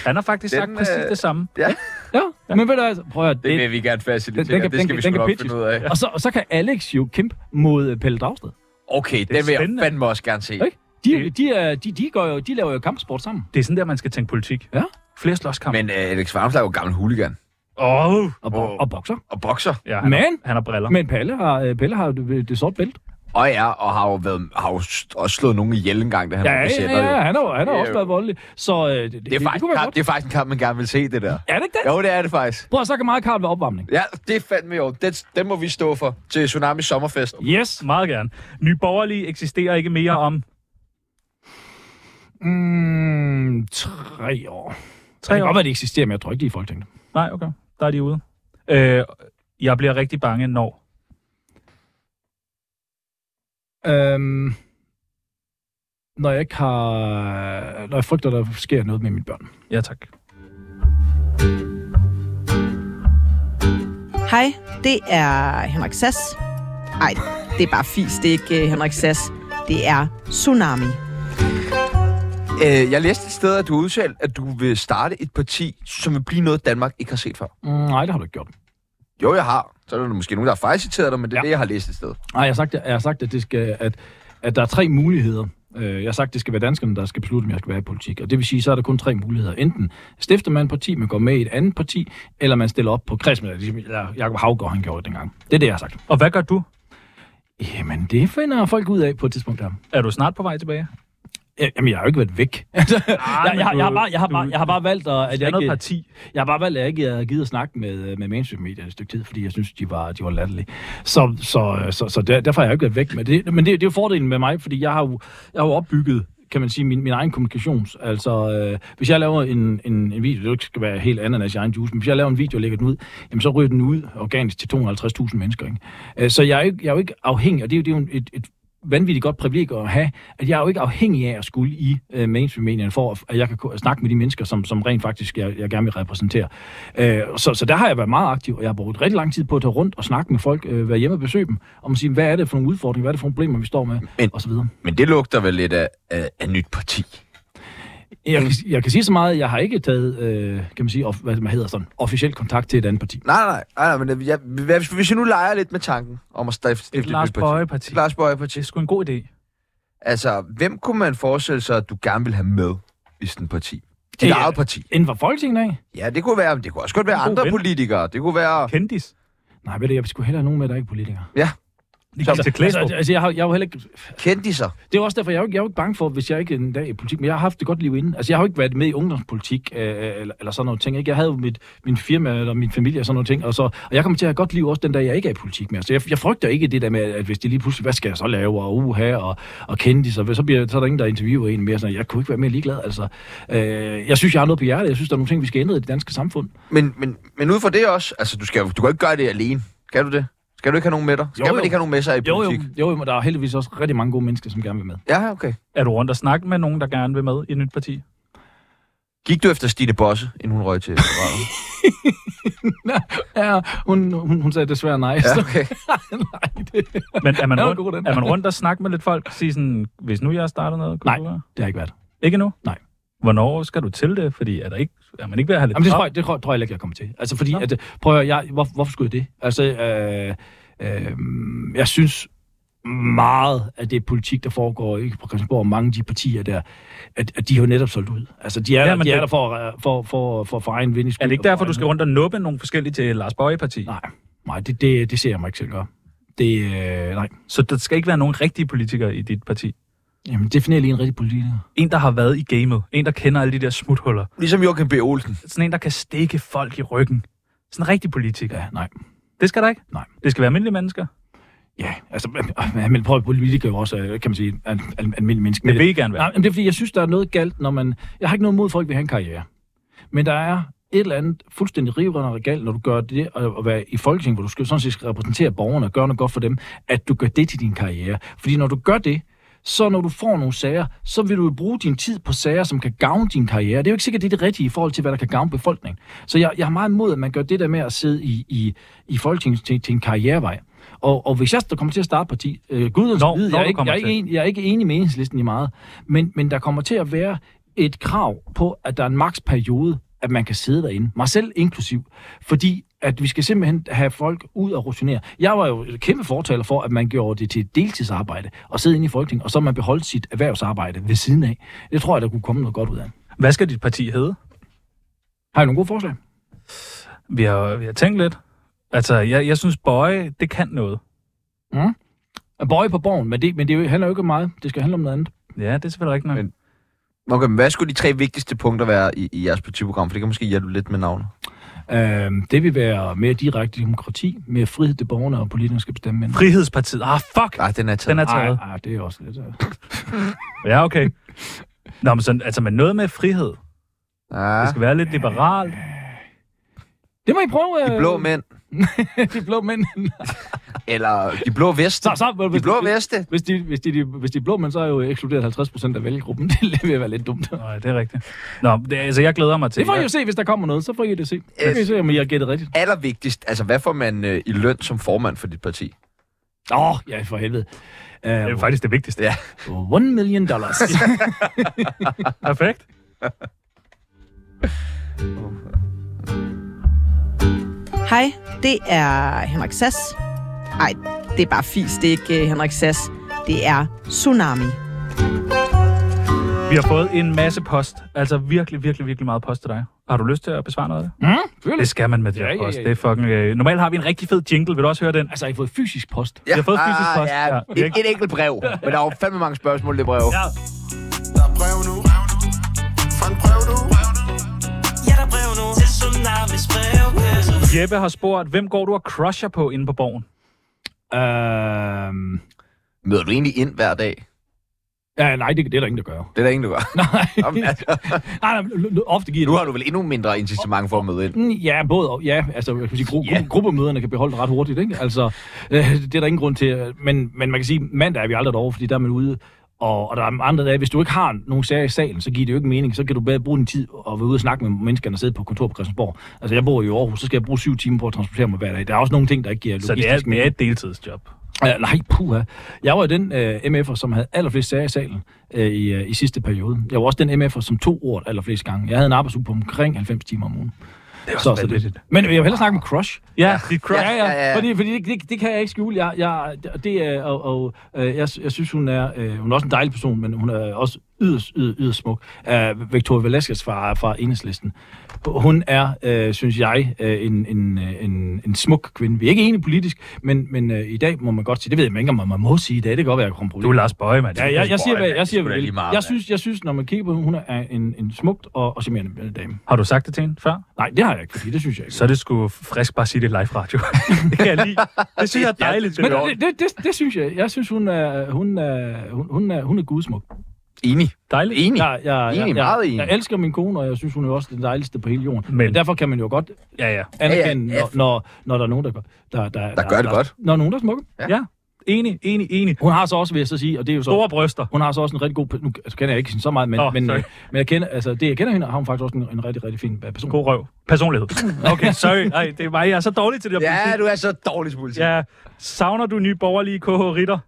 Han har faktisk sagt Den, præcis øh, det samme. Ja, Ja, ja. men ved du altså, prøv at høre, det det, vil vi gerne den, facilitere. den, kan, Det, det den, kan- den skal vi sgu kan nok pitches. finde ud af. Og så, og så kan Alex jo kæmpe mod øh, Pelle Dragsted. Okay, den vil jeg spændende. fandme også gerne se. Ikke? De, de, er, de, de, går jo, de laver jo kampsport sammen. Det er sådan der, man skal tænke politik. Ja. Flere slåskampe. Men øh, Alex Varmslag er jo gammel hooligan. Åh! Oh. Og, bo- Wow. og bokser. Og bokser. Ja, han, Men- har, han har briller. Men Palle har, øh, Pelle har jo det, det sorte bælte. Og ja, og har jo, været, har jo st- også slået nogen ihjel en gang, da han Ja, var ja, besætter. ja, ja, han har, jo- han har Det er også jo- været voldelig. Så øh, det, det, Det er, faktisk, kunne være kamp, godt. det er faktisk en kamp, man gerne vil se, det der. Er det ikke det? Jo, det er det faktisk. Prøv at så kan meget kart være opvarmning. Ja, det er fandme jo. Den, den må vi stå for til Tsunami Sommerfest. Yes, meget gerne. Nye borgerlige eksisterer ikke mere om Mm, tre år. Det tre kan år. godt være, det eksisterer, men jeg tror ikke, de er i Folketinget. Nej, okay. Der er de ude. Øh, jeg bliver rigtig bange, når... Øhm, når jeg ikke har... Når jeg frygter, der sker noget med mine børn. Ja, tak. Hej, det er Henrik Sass. Nej, det er bare fis, det er ikke øh, Henrik Sass. Det er Tsunami. Øh, jeg læste et sted, at du udtalte, at du vil starte et parti, som vil blive noget, Danmark ikke har set før. Mm, nej, det har du ikke gjort. Jo, jeg har. Så er der måske nogen, der har fejlciteret dig, men det er ja. Ja. det, jeg har læst et sted. Nej, jeg har sagt, jeg har sagt at, det skal, at, at der er tre muligheder. Øh, Jeg har sagt, at det skal være danskerne, der skal beslutte, om jeg skal være i politik. Og det vil sige, så er der kun tre muligheder. Enten stifter man et parti, man går med i et andet parti, eller man stiller op på kredsmødet, ligesom eller Jacob Havgaard, han gjorde det dengang. Det er det, jeg har sagt. Og hvad gør du? Jamen, det finder folk ud af på et tidspunkt der. Er du snart på vej tilbage? Ja, Jamen, jeg har jo ikke været væk. Altså, jeg, men jeg, jeg, har du- bare, jeg, har du- bare, jeg har bare valgt, at, at Er jeg noget ikke... parti? Jeg har bare valgt, at jeg ikke har givet at snakke med, med mainstream media et stykke tid, fordi jeg synes, de var, de var latterlige. Så, så, øh, så, så der, derfor har jeg jo ikke været væk med det. Men det, det er jo fordelen med mig, fordi jeg har jo, jeg har jo opbygget kan man sige, min, min egen kommunikations. Altså, øh, hvis jeg laver en, en, en video, det jo ikke skal være helt andet end egen juice, men hvis jeg laver en video og lægger den ud, jamen så ryger den ud organisk til 250.000 mennesker. Ikke? Øh, så jeg er, jo, ikke- jeg er jo ikke afhængig, og det er jo, det er jo et, et vanvittigt godt privilegium at have, at jeg er jo ikke afhængig af at skulle i øh, mainstream-medierne, for at, at jeg kan ko- snakke med de mennesker, som, som rent faktisk jeg, jeg gerne vil repræsentere. Øh, så, så der har jeg været meget aktiv, og jeg har brugt rigtig lang tid på at tage rundt og snakke med folk, øh, være hjemme og besøge dem, om at sige, hvad er det for nogle udfordringer, hvad er det for nogle problemer, vi står med, Men- og så videre. Men det lugter vel lidt af, af, af nyt parti. Jeg kan, jeg kan sige så meget, at jeg har ikke taget, øh, kan man sige, of, hvad man hedder sådan, officiel kontakt til et andet parti. Nej, nej, nej, nej men jeg, hvad hvis, hvis jeg nu leger lidt med tanken om at stifte stifte et, Lars nyt parti. Bøje-parti. Et Lars Bøje Det parti. er sgu en god idé. Altså, hvem kunne man forestille sig, at du gerne vil have med i sådan et parti? Dit Ja. eget parti. Inden for Folketinget af? Ja, det kunne være, men det kunne også godt være En god andre ven. politikere. Det kunne være... Kendis. Nej, ved du, jeg skulle hellere have nogen med, der ikke er politikere. De kom til Altså, Klæstrup. altså, jeg har, jeg har jo heller ikke Kendiser. Det er jo også derfor, jeg er, jo ikke, jeg er jo ikke bange for, hvis jeg ikke en dag er i politik, men jeg har haft et godt liv inden. Altså, jeg har jo ikke været med i ungdomspolitik øh, eller, eller sådan nogle ting. Ikke? Jeg havde jo mit, min firma eller min familie og sådan nogle ting, og, så, og jeg kommer til at have et godt liv også den dag, jeg ikke er i politik mere. Så jeg, jeg frygter ikke det der med, at hvis det lige pludselig, hvad skal jeg så lave, og uha, og, og kende de, så, så, bliver, så er der ingen, der interviewer en mere. Sådan, jeg kunne ikke være mere ligeglad. Altså, øh, jeg synes, jeg har noget på hjertet. Jeg synes, der er nogle ting, vi skal ændre i det danske samfund. Men, men, men ud fra det også, altså, du, skal, jo- du kan jo ikke gøre det alene. Kan du det? Skal du ikke have nogen med dig? Skal Jo, man jo. ikke have nogen med sig i Jo, jo, politik? jo, jo, men der er heldigvis også rigtig mange gode mennesker, som gerne vil med. Ja, okay. Er du rundt og snakke med nogen, der gerne vil med i et nyt parti? Gik du efter Stine Bosse, inden hun røg til? Ja, hun, hun, hun sagde desværre nej. ja, Så, okay. nej, det, det Men er man, Det var rundt, god, den. er man rundt og snakke med lidt folk? Sige sådan, hvis nu jeg starter noget, kunne Nej. du være? har ikke været. Ikke nu? Nej. Hvornår skal du til det? Fordi er, der ikke, er man ikke ved at have lidt Jamen, det, tror travlt? jeg, det tror, tror jeg ikke, jeg kommer til. Altså, fordi, Nå. at, prøv at høre, jeg, hvor, hvorfor skulle jeg det? Altså, øh, øh, jeg synes meget, at det er politik, der foregår ikke på Christiansborg, og mange af de partier der, at, at de er jo netop solgt ud. Altså, de er, Ja, ja, men de er det- der for, for, for, for, for egen vindings Er det skyld ikke og derfor, for du skal egen- rundt og nuppe nogle forskellige til Lars Bøje-parti? Nej, nej det, det, det ser jeg mig ikke selv gøre. Det, øh, nej. Så der skal ikke være nogen rigtige politikere i dit parti? Jamen, definer lige en rigtig politiker. En, der har været i gamet. En, der kender alle de der smuthuller. Ligesom Joachim B. Olsen. Sådan en, der kan stikke folk i ryggen. Sådan en rigtig politiker. Ja, nej. Det skal der ikke? Nej. Det skal være almindelige mennesker. Ja, altså, men- men prøv at politikere er jo også, øh, kan man sige, al, al, almindelige mennesker. Det vil I gerne være. Nej, men det er fordi, jeg synes, der er noget galt, når man... Jeg har ikke noget mod, at folk vil have en karriere. Men der er et eller andet fuldstændig rivrende galt, når du gør det at at være i Folketinget, hvor du skal, sådan set skal repræsentere borgerne og gøre noget godt for dem, at du gør det til din karriere. Fordi når du gør det, så når du får nogle sager, så vil du jo bruge din tid på sager, som kan gavne din karriere. Det er jo ikke sikkert, det er det rigtige i forhold til, hvad der kan gavne befolkningen. Så jeg, jeg har meget imod, at man gør det der med at sidde i, i, i Folketinget til, til en karrierevej. Og, og hvis jeg kommer til at starte parti, øh, gud, Når- no, ved, jeg, når er du ikke, kommer jeg, er ikke til. en, jeg er ikke enig med enhedslisten i meget, men, men der kommer til at være et krav på, at der er en maksperiode, at man kan sidde derinde, mig selv inklusiv, fordi at vi skal simpelthen have folk ud og rutinere. Jeg var jo et kæmpe fortaler for, at man gjorde det til et deltidsarbejde og sidde inde i Folketinget, og så man beholdt sit erhvervsarbejde ved siden af. Det tror jeg, der kunne komme noget godt ud af. Hvad skal dit parti hedde? Har I nogle gode forslag? Vi har, vi har tænkt lidt. Altså, jeg, jeg synes, Bøje, det kan noget. Mm? At bøje på borgen, men det, men det er jo- handler jo ikke om meget. Det skal handle om noget andet. Ja, det er selvfølgelig rigtigt nok. Men, Okay, men hvad skulle de tre vigtigste punkter være i, i jeres partiprogram? For det kan måske hjælpe lidt med navnet. Øhm, det vil være mere direkte demokrati, mere frihed til borgerne, og politikerne skal bestemme mindre. Frihedspartiet. Ah, fuck! Ej, den er taget. Den er taget. Ej, ej, det er også lidt... øh. Ja, okay. Nå, men sådan, altså, men noget med frihed. Ja. Det skal være lidt liberalt. Det må I prøve. øh, De blå mænd. de blå mænd. Eller de blå veste. Så, så, de blå veste. Hvis de, hvis, de, de, hvis de er blå, men så er jo ekskluderet 50 procent af vælgergruppen. Det vil være lidt dumt. Nej, det er rigtigt. Nå, det, altså, jeg glæder mig til. Det får I jeg, jo se, hvis der kommer noget. Så får I det se. Så kan I se, om I har gættet rigtigt. Allervigtigst, altså hvad får man øh, i løn som formand for dit parti? Åh, oh, ja, for helvede. Uh, det er jo faktisk det vigtigste. Ja. One million dollars. Perfekt. Hej, det er Henrik Sass. Nej, det er bare fis, det er ikke øh, Henrik Sass. Det er Tsunami. Vi har fået en masse post. Altså, virkelig, virkelig, virkelig meget post til dig. Har du lyst til at besvare noget af det? Mm, Det skal man med det Ja, ja, ja, post. ja. Det er fucking... Øh, normalt har vi en rigtig fed jingle. Vil du også høre den? altså, har I fået fysisk post? Vi har fået fysisk post. Ah, ja. det er Et, et enkelt brev, men der er jo fandme mange spørgsmål i det brev. Ja. Der er brev nu. Fra en brev nu. Ja, der er brev nu til Tsunamis brevkasse. Jeppe har spurgt, hvem går du og crusher på inde på borgen? Øhm, Møder du egentlig ind hver dag? ja, nej, det, det er der ingen, der gør. Det er der ingen, du gør. Nej, Jamen, altså, nej, nej, l- l- ofte giver nu det. har du vel endnu mindre incitament for at møde ind. Mm, Ja, både og. Ja, altså, jeg kan sige, gru- yeah. gruppemøderne kan beholde det ret hurtigt, ikke? Altså, øh, det er der ingen grund til. Men, men man kan sige, mandag er vi aldrig derovre, fordi der er man ude. Og, og der er andre dage, hvis du ikke har nogen sager i salen, så giver det jo ikke mening. Så kan du bedre bruge din tid og være ude og snakke med mennesker, der sidder på kontor på Christiansborg. Altså, jeg bor jo i Aarhus, så skal jeg bruge syv timer på at transportere mig hver dag. Der er også nogle ting, der ikke giver Så logistisk det er, det er mening. et deltidsjob. Uh, nej, puha. Jeg var jo den uh, MF'er, som havde allerflest sager i salen uh, i, uh, i sidste periode. Jeg var også den MF'er, som tog ordet allerflest gange. Jeg havde en arbejdsuge på omkring 90 timer om ugen. Det også vanvittigt. Men jeg vil hellere snakke om crush. Ja, dit crush. Ja, ja, ja, ja, ja. ja. Fordi, fordi det, det, det kan jeg ikke skjule. Jeg, jeg, det er, og, og øh, jeg, jeg synes, hun er, øh, hun er også en dejlig person, men hun er også yderst, yderst, yderst smuk. Uh, Victoria Velasquez fra, fra Enhedslisten. Hun er, øh, synes jeg, øh, en, en, øh, en, en smuk kvinde. Vi er ikke enige politisk, men, men øh, i dag må man godt sige, det ved jeg ikke, om man- man må sige i dag. Det kan godt være, at jeg kommer på Du er Lars Bøge, mand. Ja, jeg, jeg, siger, hvad, jeg siger, sgu hvad da jeg lige vil. meget, Jeg mand. synes, jeg synes, når man kigger på hende, hun er en, en smukt og, og charmerende dame. Har du sagt det til hende før? Nej, det har jeg ikke, fordi det synes jeg ikke. Så er det sgu frisk bare at sige det i live radio. det kan jeg lide. Det synes jeg er dejligt. Men det, det, det, det, det synes jeg. Jeg synes, hun er, hun er, hun, hun er, hun er gudsmuk. Enig. dejligt. Enig. Jeg, jeg, Enig, jeg, meget jeg, enig. jeg elsker min kone, og jeg synes, hun er også den dejligste på hele jorden. Men- Men, Men derfor kan man jo godt Ja, ja. anerkende, Ja, ja, når, når, når der er nogen, der gør, der, der, der, gør det godt. Når nogen, der er smukke. Ja. Enig, enig, enig. Hun har så også, vil jeg så sige, og det er jo så... Store bryster. Hun har så også en rigtig god... pe- Nu altså, kender jeg ikke hende så meget, men, Nå, oh, men, sorry. øh, men jeg kender, altså, det, jeg kender hende, har hun faktisk også en, en rigtig, rigtig fin øh, person. God røv. Personlighed. Okay, sorry. Nej, det er mig. Jeg er så dårlig til det. her Ja, politik. du er så dårlig til politik. Ja, savner du nye borgerlige KH Ritter?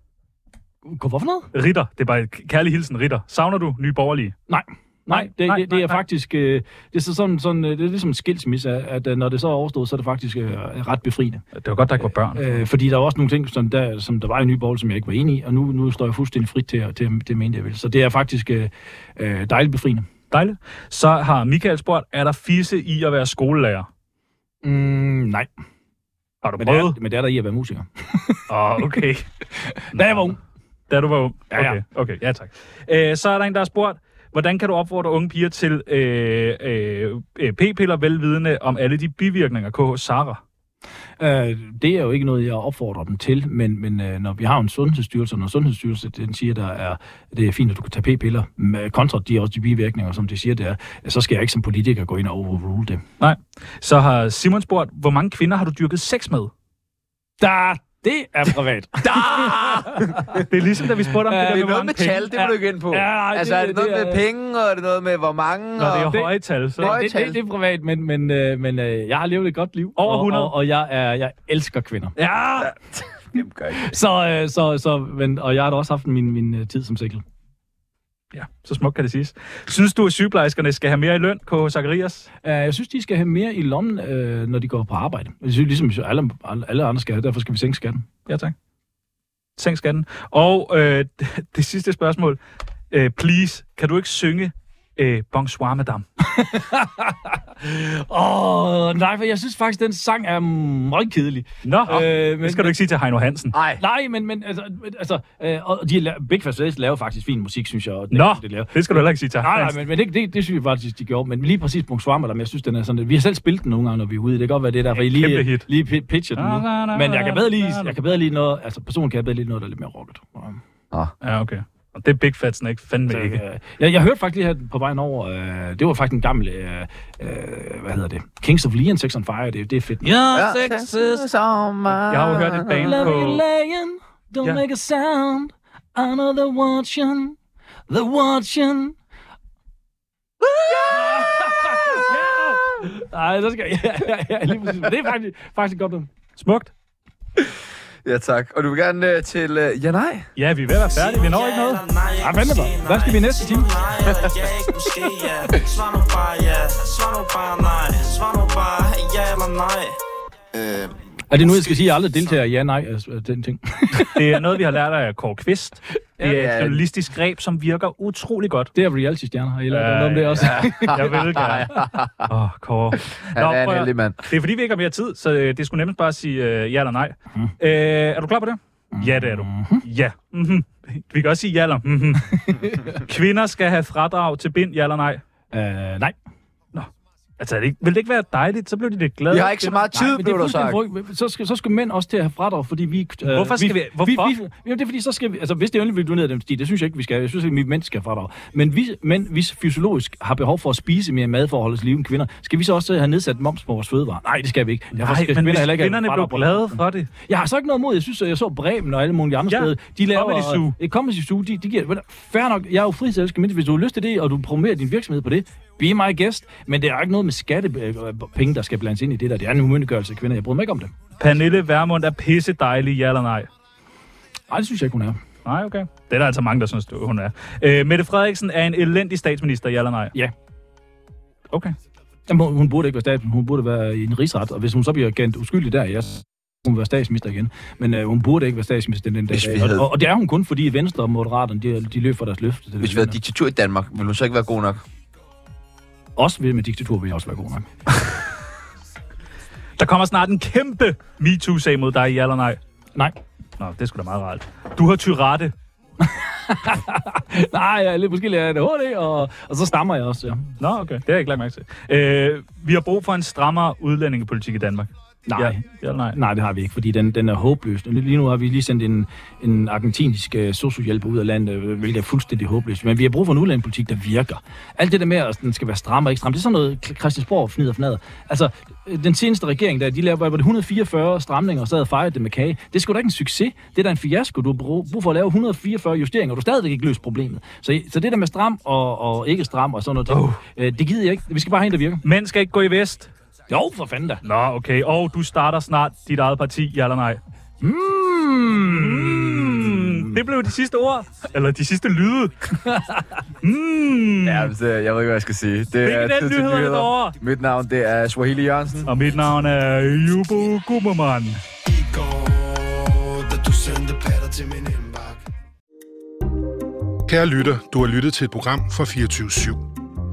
God, hvorfor noget? Ritter, det er bare et kærlig hilsen, Ritter. Savner du nye borgerlige? Nej. Nej, det, Nej, nej, det, nej, det er nej. faktisk øh, det er så sådan, sådan øh, det er ligesom en skilsmisse, at, at øh, når det så er overstået, så er det faktisk øh, ret befriende. Det var godt, der ikke var børn. Øh, fordi der er også nogle ting, som der, som der var i Nye Borgerlige, som jeg ikke var enig i, og nu, nu står jeg fuldstændig frit til, at- til, til at mene det, jeg vil. Så det er faktisk øh, øh, dejligt befriende. Dejligt. Så har Michael spurgt, er der fisse i at være skolelærer? Mm, nej, Har du men det, prøvet? er, men det er der i at være musiker. Åh, okay. Ah, Da jeg var ung. Da du var ung? Ja, ja. Okay, okay. ja tak. Øh, så er der en, der har spurgt, hvordan kan du opfordre unge piger til øh, øh, øh, p-piller velvidende om alle de bivirkninger, KH Sara? Øh, det er jo ikke noget, jeg opfordrer dem til, men, men øh, når vi har en sundhedsstyrelse, og når sundhedsstyrelsen den siger, der er, det er fint, at du kan tage p-piller, med- kontra de også de bivirkninger, som de siger, det er, så skal jeg ikke som politiker gå ind og overrule dem. Nej. Så har Simon spurgt, hvor mange kvinder har du dyrket sex med? Da, det er privat. da! Det er ligesom, da vi spurgte om det, det er der det med, noget med penge. tal, det må du ikke ind på. Ja, nej, altså, er det noget med er- penge, og er det noget med, hvor mange? Når det og... er høje tal, så... Høje det, det, tal. det, det er privat, men, men, øh, men øh, jeg har levet et godt liv. Over 100. Og, og, og jeg, er, jeg elsker kvinder. Ja! Så, øh, så, så, men, og jeg har da også haft min, min øh, tid som sikkel. Ja, så smukt kan det siges. Synes du, at sygeplejerskerne skal have mere i løn, KH Zacharias? Uh, jeg synes, de skal have mere i lommen, uh, når de går på arbejde. Jeg synes, ligesom alle, alle- alle andre skal have, derfor skal vi sænke skatten. Ja, tak. Sænk skatten. Og øh, det sidste spørgsmål. Øh, please, kan du ikke synge øh, Bonsoir, madame? Åh, oh, nej, for jeg synes faktisk, den sang er meget kedelig. Nå, øh, Ah, det skal du ikke sige til Heino Hansen. Nej. Nej, men, men altså, altså øh, og de, la- Big Fast Race laver faktisk fin musik, synes jeg. Og det, Nå, det, laver. det skal du heller ikke sige til Heino Nej, nej, Hansen. men, men det, det, det, synes jeg faktisk, de gjorde. Men lige præcis Bonsoir, madame, jeg synes, den er sådan, at vi har selv spillet den nogle gange, når vi er ude. Det kan godt være det der, for I lige, kæmpe hit. lige pi- pitcher den nu. Men jeg kan bedre lige, jeg kan bedre lige noget, altså personligt kan jeg bedre lige noget, der er lidt mere rocket. Um, Ja, okay. Og det er Big Fatsen ikke fandme Så, ikke. øh, Jeg, jeg hørte faktisk lige her på vejen over, øh, det var faktisk en gammel, øh, øh, hvad hedder det, Kings of Leon 6 on Fire, det, det er fedt. Ja, sexist. Jeg Jeg har jo hørt et band på... laying, don't Ja. make a sound. I know they're watching, they're watching. Nej, så skal jeg... Ja, ja, ja, lige præcis. Men Det er faktisk, faktisk godt. nummer. Smukt. Ja, tak. Og du vil gerne øh, til... Øh, ja, nej. Ja, vi er ved at være færdige. Vi når ikke noget. Ej, vent da. Hvad skal vi i næste time? Nej, eller ja, ikke måske, ja Svar nu bare ja, svar nu bare nej Svar nu bare ja eller nej Øh, Er det nu, jeg skal sige, at jeg aldrig deltager i ja, nej, altså, den ting? Det er noget, vi har lært af Kåre Kvist. Det er Ja. et journalistisk greb, som virker utrolig godt. Det er reality-stjerner, har I lavet Ja, noget om det også? Jeg vil gerne. Åh, oh, Kåre. Han er en prøv at- heldig mand. Det er fordi, vi ikke har mere tid, så øh, det skulle nemmest bare at sige øh, ja eller nej. Mm. Øh, er du klar på det? Ja, det er du. Ja. Mm-hmm. Vi kan også sige ja eller mm-hmm. Kvinder skal have fradrag til bind, ja eller nej? Øh, nej. Altså, er det ikke, vil det ikke være dejligt? Så blev de lidt glade. Vi har ikke så meget Nej, tid, men det blev er der fuldstændig sagt. forrygt. Så skal, så skal mænd også til at have fradrag, fordi vi... Øh, Hvorfor skal vi- hvorfor? Vi, vi, jamen, det er fordi, så skal vi... Altså, hvis det endelig vil donere dem til det synes jeg ikke, vi skal. Jeg synes ikke, vi mænd skal have fradrag. Men vi mænd, hvis fysiologisk har behov for at spise mere mad for at holde os i live end kvinder, skal vi så også have nedsat moms på vores fødevarer? Nej, det skal vi ikke. Derfor Nej, skal men hvis heller ikke have kvinderne blev fradrag på- glade for det. Jeg har så ikke noget imod. Jeg synes, at jeg så Bremen og alle mulige andre Ja, steder. De laver... Comedy Zoo. Et comedy zoo, de, de giver... hvordan- Fair nok, jeg er jo friselsker, men hvis du har lyst til det, og du promoverer din virksomhed på det, be my guest. Men det er ikke noget med skattepenge, der skal blandes ind i det der. Det er en umyndiggørelse af kvinder. Jeg bryder mig ikke om det. Pernille Vermund er pisse dejlig, ja eller nej? Nej, det synes jeg ikke, hun er. Nej, okay. Det er der altså mange, der synes, du, hun er. Øh, Mette Frederiksen er en elendig statsminister, ja eller nej? Ja. Okay. Jamen, hun, hun burde ikke være statsminister, hun burde være i en rigsret, og hvis hun så bliver kendt uskyldig der, ja, så hun være statsminister igen. Men øh, hun burde ikke være statsminister den dag. Hvis vi Og- havde- Og, og, det er hun kun, fordi Venstre og Moderaterne, de, de løber deres løfte. Hvis vi havde diktatur i Danmark, ville hun så ikke være god nok? Også ved med diktatur vil jeg også være god nok. Der kommer snart en kæmpe MeToo-sag mod dig, ja eller nej? Nej. Nå, det skulle da meget rart. Du har tyrette. Nej, jeg er lidt måske lidt ADHD, og, og så stammer jeg også, ja. Nå, okay. Det har jeg ikke lagt mærke til. Øh, vi har brug for en strammere udlændingepolitik i Danmark. Nej. Ja, ja eller nej? Nej, det har vi ikke, fordi den, den er håbløs. Lige nu har vi lige sendt en, en argentinsk uh, sociohjælp ud af landet, øh, hvilket er fuldstændig håbløst. Men vi har brug for en udlændingepolitik, der virker. Alt det der med, at den skal være stram og ikke stram, det er sådan noget Kl- Christiansborg fnider fnader. Altså, øh, den seneste regering, der de lavede, var det 144 stramninger og sad og fejrede det med kage. Det er sgu da ikke en succes. Det er da en fiasko. Du har brug brug for at lave 144 justeringer, og du har stadigvæk ikke løst problemet. Så, så det der med stram og, og ikke stram og sådan noget, det, øh, det gider jeg ikke. Vi skal bare have en, der virker. Mænd skal ikke gå i vest. Jo, for fanden da. Nå, okay. Og du starter snart dit eget parti, ja eller nej? Mm, det blev de sidste ord. Eller de sidste lyde. mm. Ja, men det, jeg ved ikke, hvad jeg skal sige. Det Hvilken er af tid til nyhederne derovre? Mit navn, det er Swahili Jørgensen. Og mit navn er Jubo Gummermann. Da du sendte patter til min indbakke Kære lytter, du har lyttet til et program fra 24 /7.